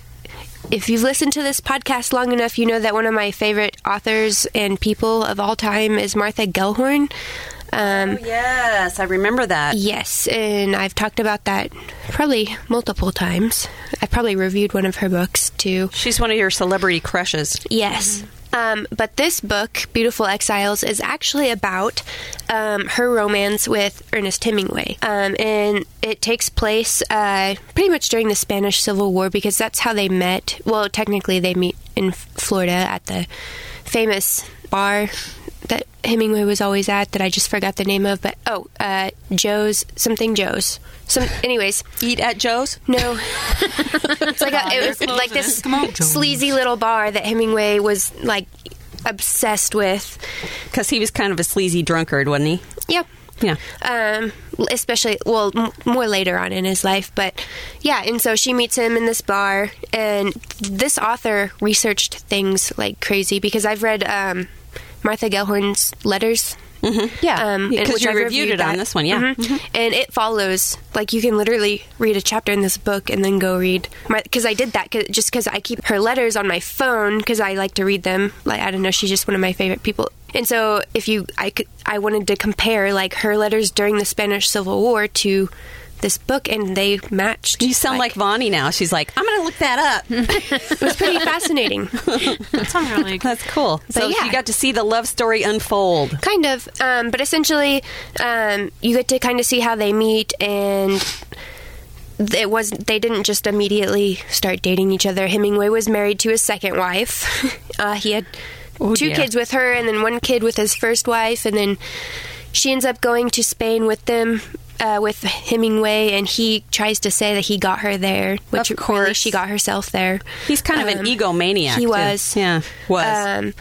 Speaker 4: if you've listened to this podcast long enough, you know that one of my favorite authors and people of all time is Martha Gellhorn. Um,
Speaker 3: Oh, Yes, I remember that.
Speaker 4: Yes, and I've talked about that probably multiple times. I probably reviewed one of her books too.
Speaker 3: She's one of your celebrity crushes.
Speaker 4: Yes. Um, but this book, Beautiful Exiles, is actually about um, her romance with Ernest Hemingway. Um, and it takes place uh, pretty much during the Spanish Civil War because that's how they met. Well, technically, they meet in F- Florida at the famous bar that Hemingway was always at that I just forgot the name of. But oh, uh, Joe's, something Joe's. Some, anyways,
Speaker 3: Eat at Joe's.
Speaker 4: no. it's like a, it was
Speaker 2: closing
Speaker 4: like this
Speaker 2: it. Come on, Jones.
Speaker 4: sleazy little bar that Hemingway was like obsessed with.
Speaker 3: Because he was kind of a sleazy drunkard, wasn't he?
Speaker 4: Yep.
Speaker 3: Yeah.
Speaker 4: Um, especially, well, m- more later on in his life, but yeah. And so she meets him in this bar, and this author researched things like crazy because I've read um, Martha Gellhorn's letters. Mm-hmm.
Speaker 3: Yeah.
Speaker 4: um,
Speaker 3: Yeah,
Speaker 4: and
Speaker 3: 'cause
Speaker 4: which
Speaker 3: you
Speaker 4: I
Speaker 3: reviewed it on
Speaker 4: that.
Speaker 3: this one, yeah. Mm-hmm.
Speaker 4: Mhm. and it follows. Like you can literally read a chapter in this book and then go read because I did that 'cause- just because I keep her letters on my phone because I like to read them. Like I don't know, she's just one of my favorite people. And so if you, I could, I wanted to compare like her letters during the Spanish Civil War to this book, and they matched.
Speaker 3: You sound like, Vonnie now. She's like, I'm going to look that up.
Speaker 4: it was pretty fascinating.
Speaker 2: That sounds really good.
Speaker 3: That's cool. so
Speaker 4: yeah.
Speaker 3: you got to see the love story unfold.
Speaker 4: Kind of, um, but essentially, um, you get to kind of see how they meet, and it was they didn't just immediately start dating each other. Hemingway was married to his second wife. uh, he had two
Speaker 3: Oh, dear.
Speaker 4: kids with her, and then one kid with his first wife, and then she ends up going to Spain with them. Uh, with Hemingway, and he tries to say that he got her there, which
Speaker 3: Of
Speaker 4: really
Speaker 3: course.
Speaker 4: she got herself there.
Speaker 3: He's kind of an
Speaker 4: Um,
Speaker 3: egomaniac.
Speaker 4: He
Speaker 3: too.
Speaker 4: was,
Speaker 3: Yeah, was.
Speaker 4: um,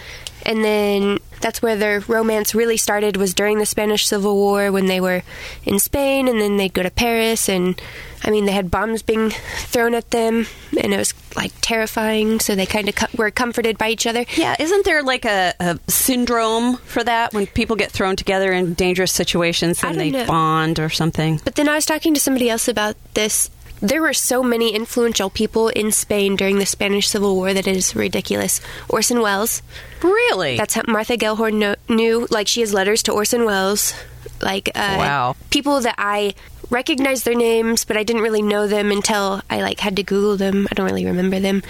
Speaker 4: and then that's where their romance really started was during the Spanish Civil War when they were in Spain, and then they'd go to Paris, and I mean they had bombs being thrown at them, and it was like terrifying. So they kind of co- were comforted by each other.
Speaker 3: yeah, isn't there like a, a syndrome for that when people get thrown together in dangerous situations
Speaker 4: I
Speaker 3: and
Speaker 4: don't
Speaker 3: they
Speaker 4: know.
Speaker 3: bond or something?
Speaker 4: But then I was talking to somebody else about this. There were so many influential people in Spain during the Spanish Civil War that it is ridiculous. Orson Welles,
Speaker 3: Really?
Speaker 4: That's how Martha Gellhorn kno- knew. Like she has letters to Orson Welles. Like uh,
Speaker 3: Wow.
Speaker 4: people that I recognized their names, but I didn't really know them until I like had to Google them. I don't really remember them.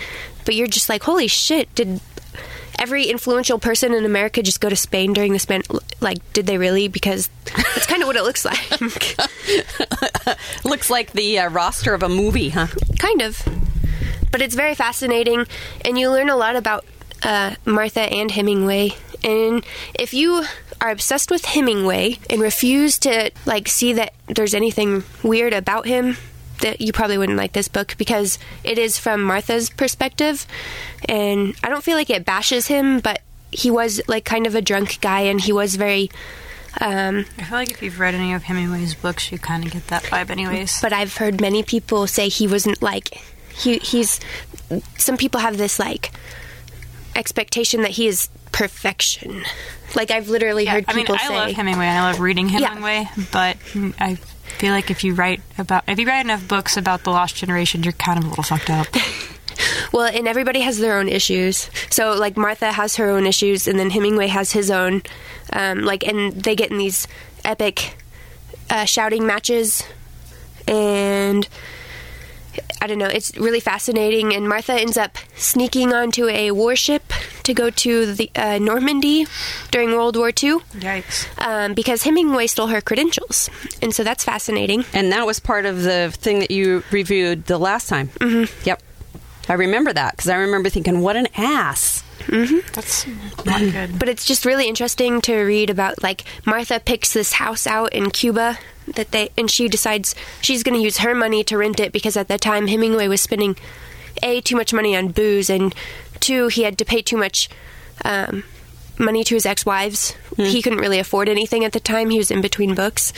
Speaker 4: But you're just like, holy shit! Did every influential person in America just go to Spain during the span? Like, did they really? Because that's kind of what it looks like.
Speaker 3: looks like the uh, roster of a movie, huh?
Speaker 4: kind of but it's very fascinating and you learn a lot about uh, martha and hemingway and if you are obsessed with hemingway and refuse to like see that there's anything weird about him that you probably wouldn't like this book because it is from martha's perspective and i don't feel like it bashes him but he was like kind of a drunk guy and he was very Um,
Speaker 2: I feel like if you've read any of Hemingway's books, you kind of get that vibe, anyways.
Speaker 4: but I've heard many people say he wasn't like he he's some people have this like expectation that he is perfection. Like I've literally heard
Speaker 2: I mean,
Speaker 4: people
Speaker 2: I
Speaker 4: say
Speaker 2: love Hemingway and I love reading Hemingway, but I feel like if you write about if you write enough books about the lost generation, you're kind of a little fucked up.
Speaker 4: Well, and everybody has their own issues. So, like Martha has her own issues, and then Hemingway has his own. Um, like, and they get in these epic uh, shouting matches, and I don't know. It's really fascinating. And Martha ends up sneaking onto a warship to go to the uh, Normandy during World War II
Speaker 2: Yikes!
Speaker 4: um, because Hemingway stole her credentials, and so that's fascinating.
Speaker 3: And that was part of the thing that you reviewed the last time. Mm-hmm. Yep. I remember that because I remember thinking, what an ass.
Speaker 2: That's not good.
Speaker 4: but it's just really interesting to read about like Martha picks this house out in Cuba that they and she decides she's going to use her money to rent it because at that time Hemingway was spending a too much money on booze and two he had to pay too much um, money to his ex-wives. He couldn't really afford anything at the time. He was in between books.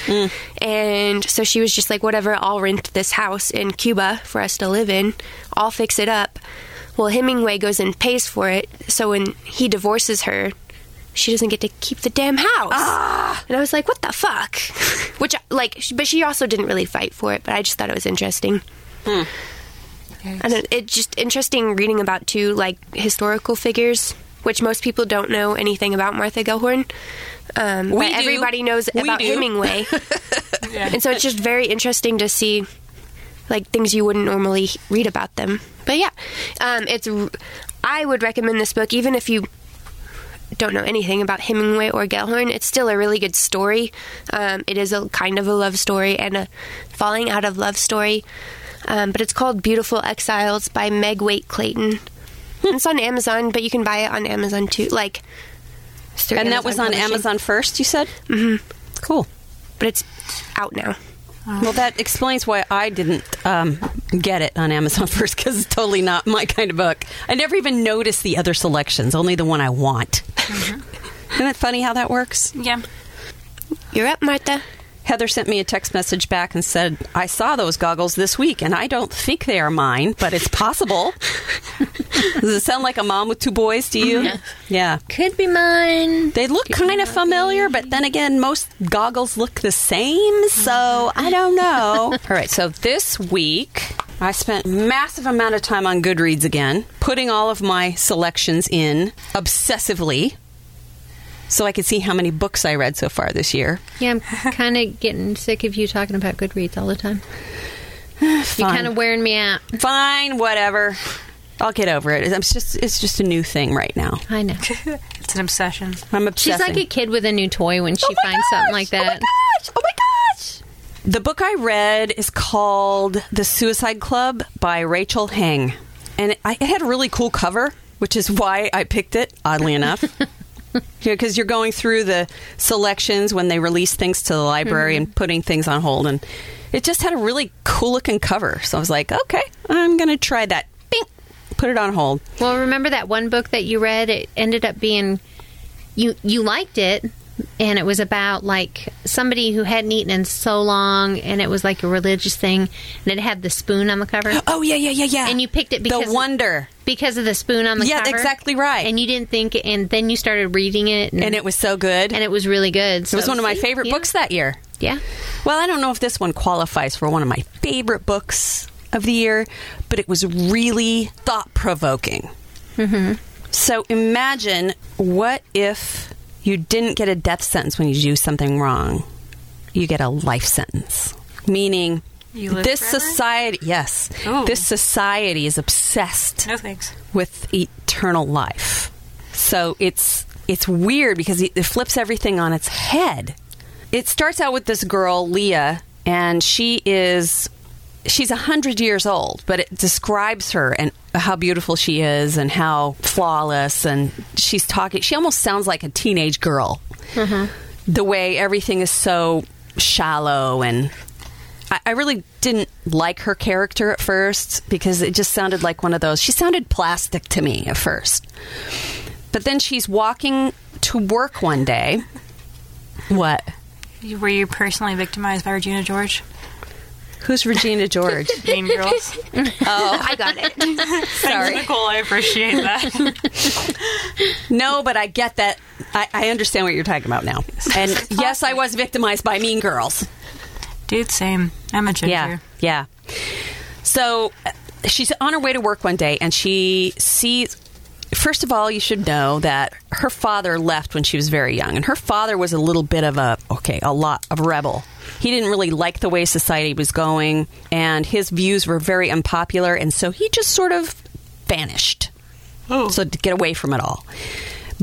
Speaker 4: And so she was just like whatever, I'll rent this house in Cuba for us to live in. I'll fix it up. Well, Hemingway goes and pays for it. So when he divorces her, she doesn't get to keep the damn house. And I was like, what the fuck? Which, like, sh- but she also didn't really fight for it, but I just thought it was interesting. And it, it's just interesting reading about two, like, historical figures, which most people don't know anything about Martha Gellhorn. Um,
Speaker 3: We
Speaker 4: but
Speaker 3: do.
Speaker 4: everybody knows
Speaker 3: We
Speaker 4: about
Speaker 3: do.
Speaker 4: Hemingway. And so it's just very interesting to see, like, things you wouldn't normally read about them. But yeah, um, it's. r- I would recommend this book, even if you don't know anything about Hemingway or Gellhorn, it's still a really good story. Um, it is a kind of a love story and a falling out of love story. Um, but it's called Beautiful Exiles by Meg Waite Clayton. it's on Amazon, but you can buy it on Amazon too. Like, it's through
Speaker 3: And that was on
Speaker 4: Publishing.
Speaker 3: Amazon first, you said? Mm-hmm. Cool.
Speaker 4: but it's out now.
Speaker 3: Well, that explains why I didn't um, get it on Amazon first because it's totally not my kind of book. I never even noticed the other selections, only the one I want. Isn't it funny how that works?
Speaker 2: Yeah.
Speaker 4: You're up, Martha.
Speaker 3: Heather sent me a text message back and said, I saw those goggles this week and I don't think they are mine, but it's possible. Does it sound like a mom with two boys to you? Yeah.
Speaker 5: Could be mine.
Speaker 3: They look kind of familiar, but then again, most goggles look the same, so I don't know. All right, so this week I spent massive amount of time on Goodreads again, putting all of my selections in obsessively so I could see how many books I read so far this year.
Speaker 5: Yeah, I'm kind of getting sick of you talking about Goodreads all the time. You're
Speaker 3: Fine.
Speaker 5: kind of wearing me out.
Speaker 3: Fine, whatever. I'll get over it. It's just it's just a new thing right now.
Speaker 5: I know.
Speaker 2: It's an obsession.
Speaker 3: I'm obsessed.
Speaker 5: She's like a kid with a new toy when she
Speaker 3: Oh my
Speaker 5: finds something like
Speaker 3: gosh!
Speaker 5: that.
Speaker 3: Oh my gosh! Oh my gosh! The book I read is called The Suicide Club by Rachel Heng. And it, I, it had a really cool cover, which is why I picked it, oddly enough. Because you're going through the selections when they release things to the library
Speaker 5: Mm-hmm.
Speaker 3: and putting things on hold. And it just had a really cool looking cover. So I was like, okay, I'm going to try that. Bing! Put it on hold.
Speaker 5: Well, remember that one book that you read? It ended up being you you liked it, and it was about like somebody who hadn't eaten in so long, and it was like a religious thing, and it had the spoon on the cover.
Speaker 3: Oh, yeah, yeah, yeah, yeah.
Speaker 5: And you picked it because
Speaker 3: The Wonder.
Speaker 5: because of the spoon on the
Speaker 3: Yeah,
Speaker 5: cover.
Speaker 3: exactly right.
Speaker 5: And you didn't think, and then you started reading it, and,
Speaker 3: And it was so good.
Speaker 5: and it was really good.
Speaker 3: it was
Speaker 5: So,
Speaker 3: one of my
Speaker 5: see?
Speaker 3: favorite
Speaker 5: Yeah.
Speaker 3: books that year.
Speaker 5: Yeah,
Speaker 3: Well, I don't know if this one qualifies for one of my favorite books of the year, but it was really thought provoking. Mm-hmm. So imagine what if you didn't get a death sentence when you do something wrong? You get a life sentence. Meaning,
Speaker 2: You live
Speaker 3: this
Speaker 2: forever?
Speaker 3: society, yes,
Speaker 2: Ooh.
Speaker 3: this society is obsessed
Speaker 2: No thanks.
Speaker 3: with eternal life. So it's it's weird because it, it flips everything on its head. It starts out with this girl Leah, and she is she's a hundred years old, but it describes her and how beautiful she is and how flawless. And she's talking; she almost sounds like a teenage girl. The way everything is so shallow and I, I really didn't like her character at first because it just sounded like one of those. She sounded plastic to me at first. But then she's walking to work one day What?
Speaker 2: You- Were you personally victimized by Regina George?
Speaker 3: Who's Regina George?
Speaker 2: Mean Girls.
Speaker 3: Oh.
Speaker 4: I got it.
Speaker 3: Sorry.
Speaker 2: Nicole, I appreciate that.
Speaker 3: No, but I get that. I, I understand what you're talking about now. And yes, I was victimized by mean girls.
Speaker 2: Dude, same. I'm a ginger.
Speaker 3: Yeah. Yeah. So uh, she's on her way to work one day and she sees. First of all, you should know that her father left when she was very young, and her father was a little bit of a, okay, a lot of rebel. He didn't really like the way society was going, and his views were very unpopular, and so he just sort of vanished. So to get away from it all.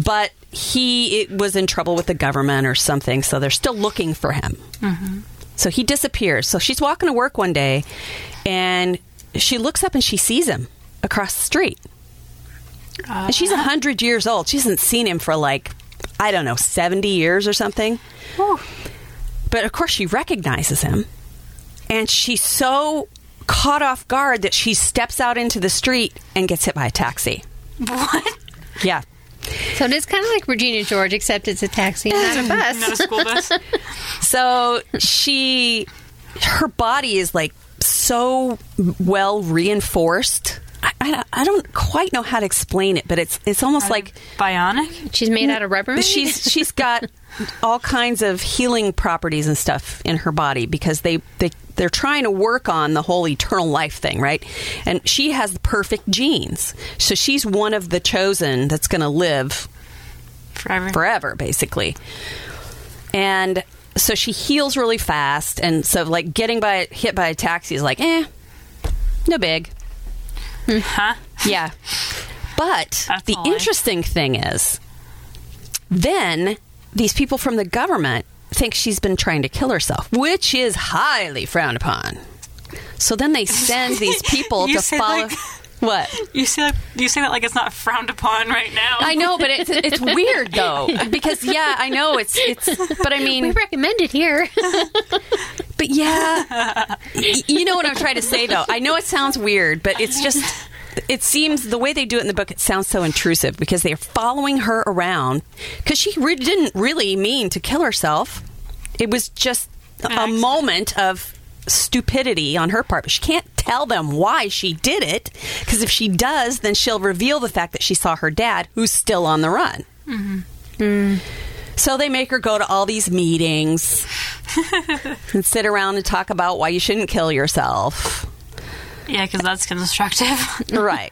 Speaker 3: But he it was in trouble with the government or something, so they're still looking for him. So he disappears. So she's walking to work one day and she looks up and she sees him across the street. and she's 100 years old. She hasn't seen him for like, I don't know, 70 years or something. But of course, she recognizes him. And she's so caught off guard that she steps out into the street and gets hit by a taxi.
Speaker 2: What?
Speaker 3: Yeah.
Speaker 5: So it is kind of like Regina George, except it's a taxi, and not a bus.
Speaker 2: Not a school bus.
Speaker 3: So she, her body is like so well reinforced. I, I, I don't quite know how to explain it, but it's it's almost like
Speaker 2: Bionic?
Speaker 5: She's made out of rubber.
Speaker 3: she's she's got all kinds of healing properties and stuff in her body because they they they're trying to work on the whole eternal life thing, right? And she has the perfect genes, so she's one of the chosen that's going to live
Speaker 2: Forever.
Speaker 3: forever, basically. And so she heals really fast, and so like getting by hit by a taxi is like, eh, no big,
Speaker 2: Huh?
Speaker 3: yeah. But
Speaker 2: That's
Speaker 3: the
Speaker 2: a lie.
Speaker 3: interesting thing is, then these people from the government think she's been trying to kill herself, which is highly frowned upon. So then they send these people
Speaker 2: You
Speaker 3: to
Speaker 2: said,
Speaker 3: follow.
Speaker 2: like-
Speaker 3: what?
Speaker 2: You say, you say that like it's not frowned upon right now.
Speaker 3: I know, but it's it's weird though because yeah, I know it's it's. But I mean,
Speaker 5: we recommend it here.
Speaker 3: But yeah, Y- you know what I'm trying to say, though. I know it sounds weird, but it's just. It seems the way they do it in the book, it sounds so intrusive because they're following her around because she re- didn't really mean to kill herself. It was just a
Speaker 2: accident.
Speaker 3: moment of stupidity on her part. But she can't tell them why she did it because if she does, then she'll reveal the fact that she saw her dad, who's still on the run. So they make her go to all these meetings and sit around and talk about why you shouldn't kill yourself.
Speaker 2: Yeah, because that's constructive.
Speaker 3: Right.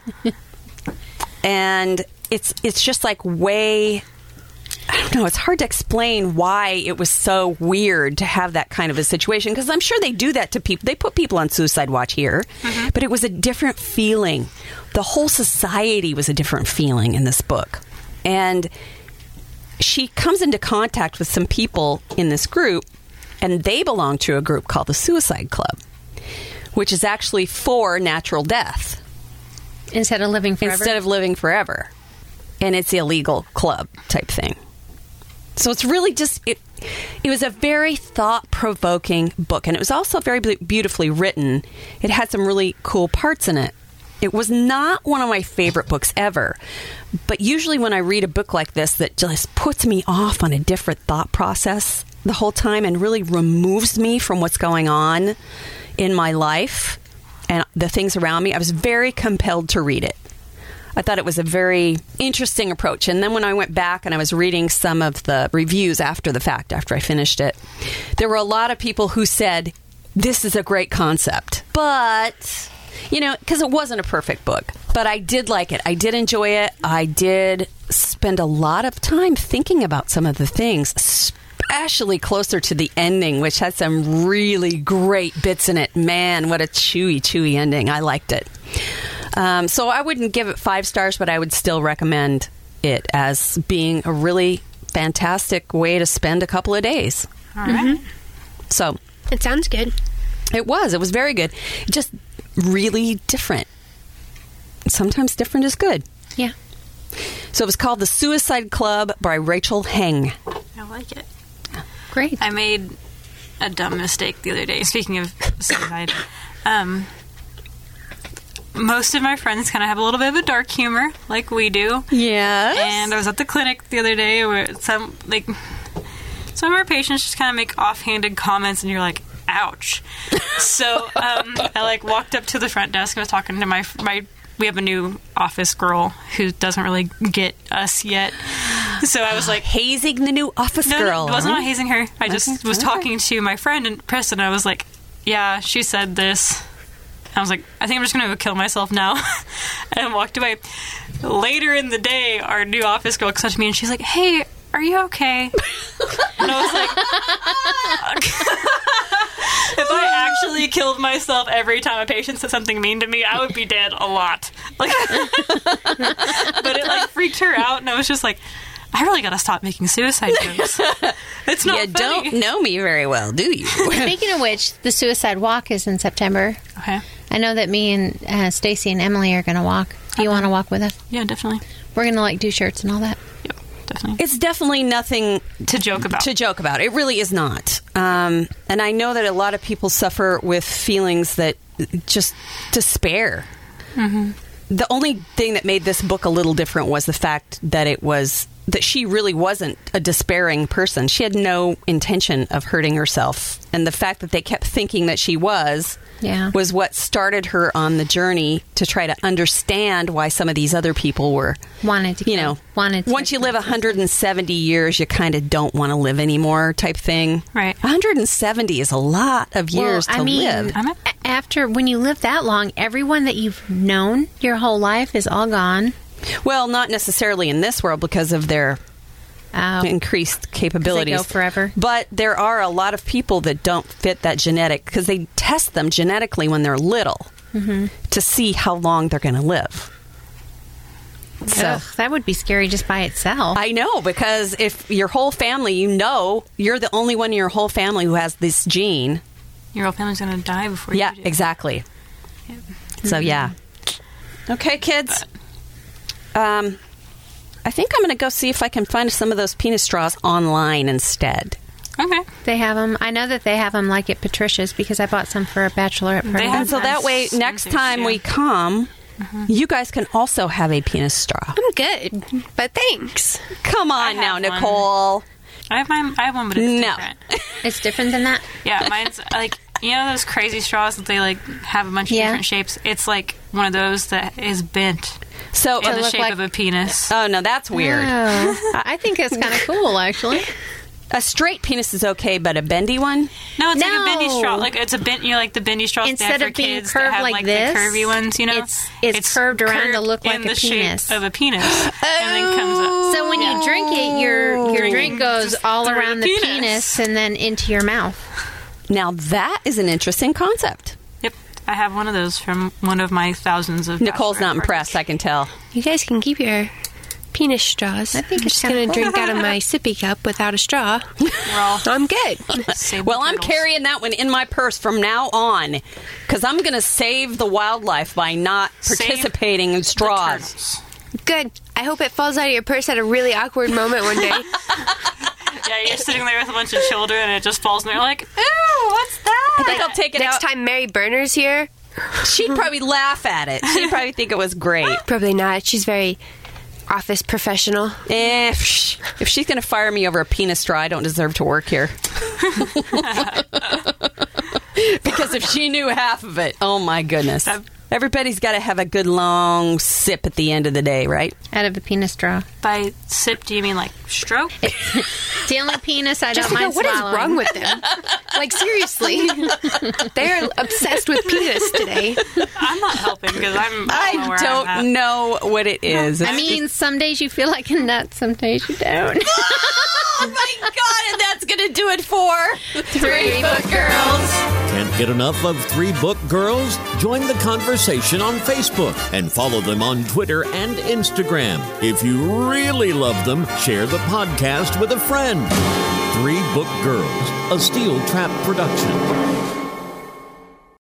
Speaker 3: and it's it's just like way I don't know, it's hard to explain why it was so weird to have that kind of a situation because I'm sure they do that to people. They put people on suicide watch here, but it was a different feeling. The whole society was a different feeling in this book. And she comes into contact with some people in this group, and they belong to a group called the Suicide Club, which is actually for natural death
Speaker 5: Instead of living forever.
Speaker 3: instead of living forever. And it's the illegal club type thing. So it's really just it. It was a very thought provoking book, and it was also very be- beautifully written. It had some really cool parts in it. It was not one of my favorite books ever, but usually when I read a book like this that just puts me off on a different thought process the whole time and really removes me from what's going on in my life and the things around me, I was very compelled to read it. I thought it was a very interesting approach. And then when I went back and I was reading some of the reviews after the fact, after I finished it, there were a lot of people who said, This is a great concept. But, you know, because it wasn't a perfect book, but I did like it. I did enjoy it. I did spend a lot of time thinking about some of the things, especially closer to the ending, which had some really great bits in it. Man, what a chewy, chewy ending. I liked it. Um, so I wouldn't give it five stars, but I would still recommend it as being a really fantastic way to spend a couple of days.
Speaker 2: All right.
Speaker 3: So
Speaker 4: It sounds good.
Speaker 3: it was. It was very good. Just really different. Sometimes different is good.
Speaker 5: yeah.
Speaker 3: So it was called The Suicide Club by Rachel Heng.
Speaker 2: I like it.
Speaker 5: Great.
Speaker 2: I made a dumb mistake the other day. Speaking of suicide, um, most of my friends kind of have a little bit of a dark humor, like we do.
Speaker 3: Yes.
Speaker 2: And I was at the clinic the other day where some like some of our patients just kind of make offhanded comments, and you're like, ouch. so um, I like walked up to the front desk. I was talking to my my. We have a new office girl who doesn't really get us yet. So I was like,
Speaker 3: hazing the new office
Speaker 2: no,
Speaker 3: girl.
Speaker 2: No, it wasn't
Speaker 3: huh?
Speaker 2: about hazing her. I just was talking to my friend in Preston. and I was like, yeah, she said this. I was like, I think I'm just going to go kill myself now. and I walked away. Later in the day, our new office girl comes up to me and she's like, hey, are you okay? and I was like, if I actually killed myself every time a patient said something mean to me, I would be dead a lot. Like, but it like freaked her out, and I was just like, I really gotta stop making suicide jokes. It's not
Speaker 3: You
Speaker 2: funny.
Speaker 3: don't know me very well, do you?
Speaker 5: Speaking of which, the suicide walk is in September.
Speaker 2: Okay.
Speaker 5: I know that me and uh, Stacy and Emily are going to walk. Do you want to walk with us?
Speaker 2: Yeah, definitely.
Speaker 5: We're going to like do shirts and all that.
Speaker 2: Yep, definitely.
Speaker 3: it's definitely nothing
Speaker 2: to joke about.
Speaker 3: to joke about. It really is not. Um, and I know that a lot of people suffer with feelings that just despair. The only thing that made this book a little different was the fact that it was that she really wasn't a despairing person. She had no intention of hurting herself. And the fact that they kept thinking that she was
Speaker 5: Yeah.
Speaker 3: was what started her on the journey to try to understand why some of these other people were
Speaker 5: Wanted to
Speaker 3: you
Speaker 5: kill.
Speaker 3: know
Speaker 5: Wanted to
Speaker 3: once you live 170 years you kind of don't want to live anymore type thing
Speaker 2: Right.
Speaker 3: 170 is a lot of years
Speaker 5: well,
Speaker 3: to
Speaker 5: I mean,
Speaker 3: live
Speaker 2: I'm a-
Speaker 5: a- after when you live that long, everyone that you've known your whole life is all gone.
Speaker 3: well not necessarily in this world because of their
Speaker 5: Uh,
Speaker 3: increased capabilities
Speaker 5: forever.
Speaker 3: but there are a lot of people that don't fit that genetic because they test them genetically when they're little
Speaker 5: Mm-hmm.
Speaker 3: to see how long they're going to live so
Speaker 5: ugh, that would be scary just by itself.
Speaker 3: I know because if your whole family, you know, you're the only one in your whole family who has this gene.
Speaker 2: your whole family's gonna die before
Speaker 3: Yeah,
Speaker 2: you do.
Speaker 3: exactly.
Speaker 2: Yeah.
Speaker 3: So yeah. Okay, kids. Um, I think I'm going to go see if I can find some of those penis straws online instead.
Speaker 2: Okay.
Speaker 5: they have them. I know that they have them like at Patricia's because I bought some for a bachelorette party.
Speaker 2: have-
Speaker 3: And so that way,
Speaker 2: That's
Speaker 3: next
Speaker 2: expensive,
Speaker 3: time we
Speaker 2: yeah.
Speaker 3: come, you guys can also have a penis straw.
Speaker 4: I'm good, but thanks.
Speaker 3: Come on now,
Speaker 2: have one.
Speaker 3: Nicole.
Speaker 2: I have mine. I have one, but it's
Speaker 3: No.
Speaker 2: different.
Speaker 5: it's different than that.
Speaker 2: Yeah, mine's like you know those crazy straws that they like have a bunch of
Speaker 5: Yeah.
Speaker 2: different shapes. It's like one of those that is bent
Speaker 3: So,
Speaker 2: in the
Speaker 5: look
Speaker 2: shape
Speaker 5: like-
Speaker 2: of a penis.
Speaker 3: oh no, that's weird.
Speaker 5: Oh, I I think it's kind of cool, actually.
Speaker 3: A straight penis is okay, but a bendy one.
Speaker 2: no, it's like a bendy
Speaker 5: no.
Speaker 2: straw. Like it's a bent. You know, like the bendy straws they have
Speaker 5: Instead
Speaker 2: for
Speaker 5: of being
Speaker 2: kids that
Speaker 5: curved
Speaker 2: have,
Speaker 5: like
Speaker 2: like
Speaker 5: this,
Speaker 2: the curvy ones. You know,
Speaker 5: it's- it's curved around to look like
Speaker 2: in
Speaker 5: a
Speaker 2: the
Speaker 5: penis.
Speaker 2: shape of a penis, and then comes up.
Speaker 5: So when you drink it, your your drink
Speaker 2: Drinking
Speaker 5: goes
Speaker 2: just
Speaker 5: all
Speaker 2: through
Speaker 5: around the
Speaker 2: the
Speaker 5: penis.
Speaker 2: penis.
Speaker 5: and then into your mouth.
Speaker 3: Now that is an interesting concept.
Speaker 2: Yep, I have one of those from one of my thousands of.
Speaker 3: Nicole's
Speaker 2: bachelor
Speaker 3: not impressed, I can tell.
Speaker 4: You guys can keep your penis straws. I
Speaker 5: think
Speaker 4: I'm
Speaker 5: it's
Speaker 4: just gonna
Speaker 5: kinda
Speaker 4: drink out of my sippy cup without a straw.
Speaker 2: parties. We're all
Speaker 4: I'm good.
Speaker 2: sable
Speaker 3: Well, I'm
Speaker 2: turtles.
Speaker 3: carrying that one in my purse from now on because I'm going to save the wildlife by not
Speaker 2: Save
Speaker 3: participating in
Speaker 2: The
Speaker 3: straws.
Speaker 2: turtles.
Speaker 4: Good. I hope it falls out of your purse at a really awkward moment one day.
Speaker 2: Yeah, you're sitting there with a bunch of children, and it just falls, and they're like, "Ew, what's that?"
Speaker 3: I think I'll take it
Speaker 4: Next
Speaker 3: out.
Speaker 4: time Mary Burner's here,
Speaker 2: Mm-hmm.
Speaker 3: She'd probably laugh at it. She'd probably think it was great.
Speaker 4: probably not. She's very office professional.
Speaker 3: if, sh- Eh, if she's going to fire me over a penis straw, I don't deserve to work here. because if she knew half of it, oh my goodness. Everybody's got to have a good long sip at the end of the day, right?
Speaker 5: Out of a penis straw.
Speaker 2: By sip, do you mean like stroke?
Speaker 5: It's the only penis I don't
Speaker 4: Jessica,
Speaker 5: mind
Speaker 4: what is
Speaker 5: swallowing.
Speaker 4: wrong with them? like seriously, they're obsessed with penis today.
Speaker 2: I'm not helping because I'm. I don't know.
Speaker 3: I
Speaker 2: Where I'm
Speaker 3: don't
Speaker 2: at.
Speaker 3: know what it is.
Speaker 5: I mean, some days you feel like a nut, some days you don't.
Speaker 3: oh my god, and that's gonna do it for Three Book Girls.
Speaker 6: Can't get enough of Three Book Girls? Join the conversation on Facebook and follow them on Twitter and Instagram. If you really love them, share the podcast with a friend. Three Book Girls, a Steel Trap production.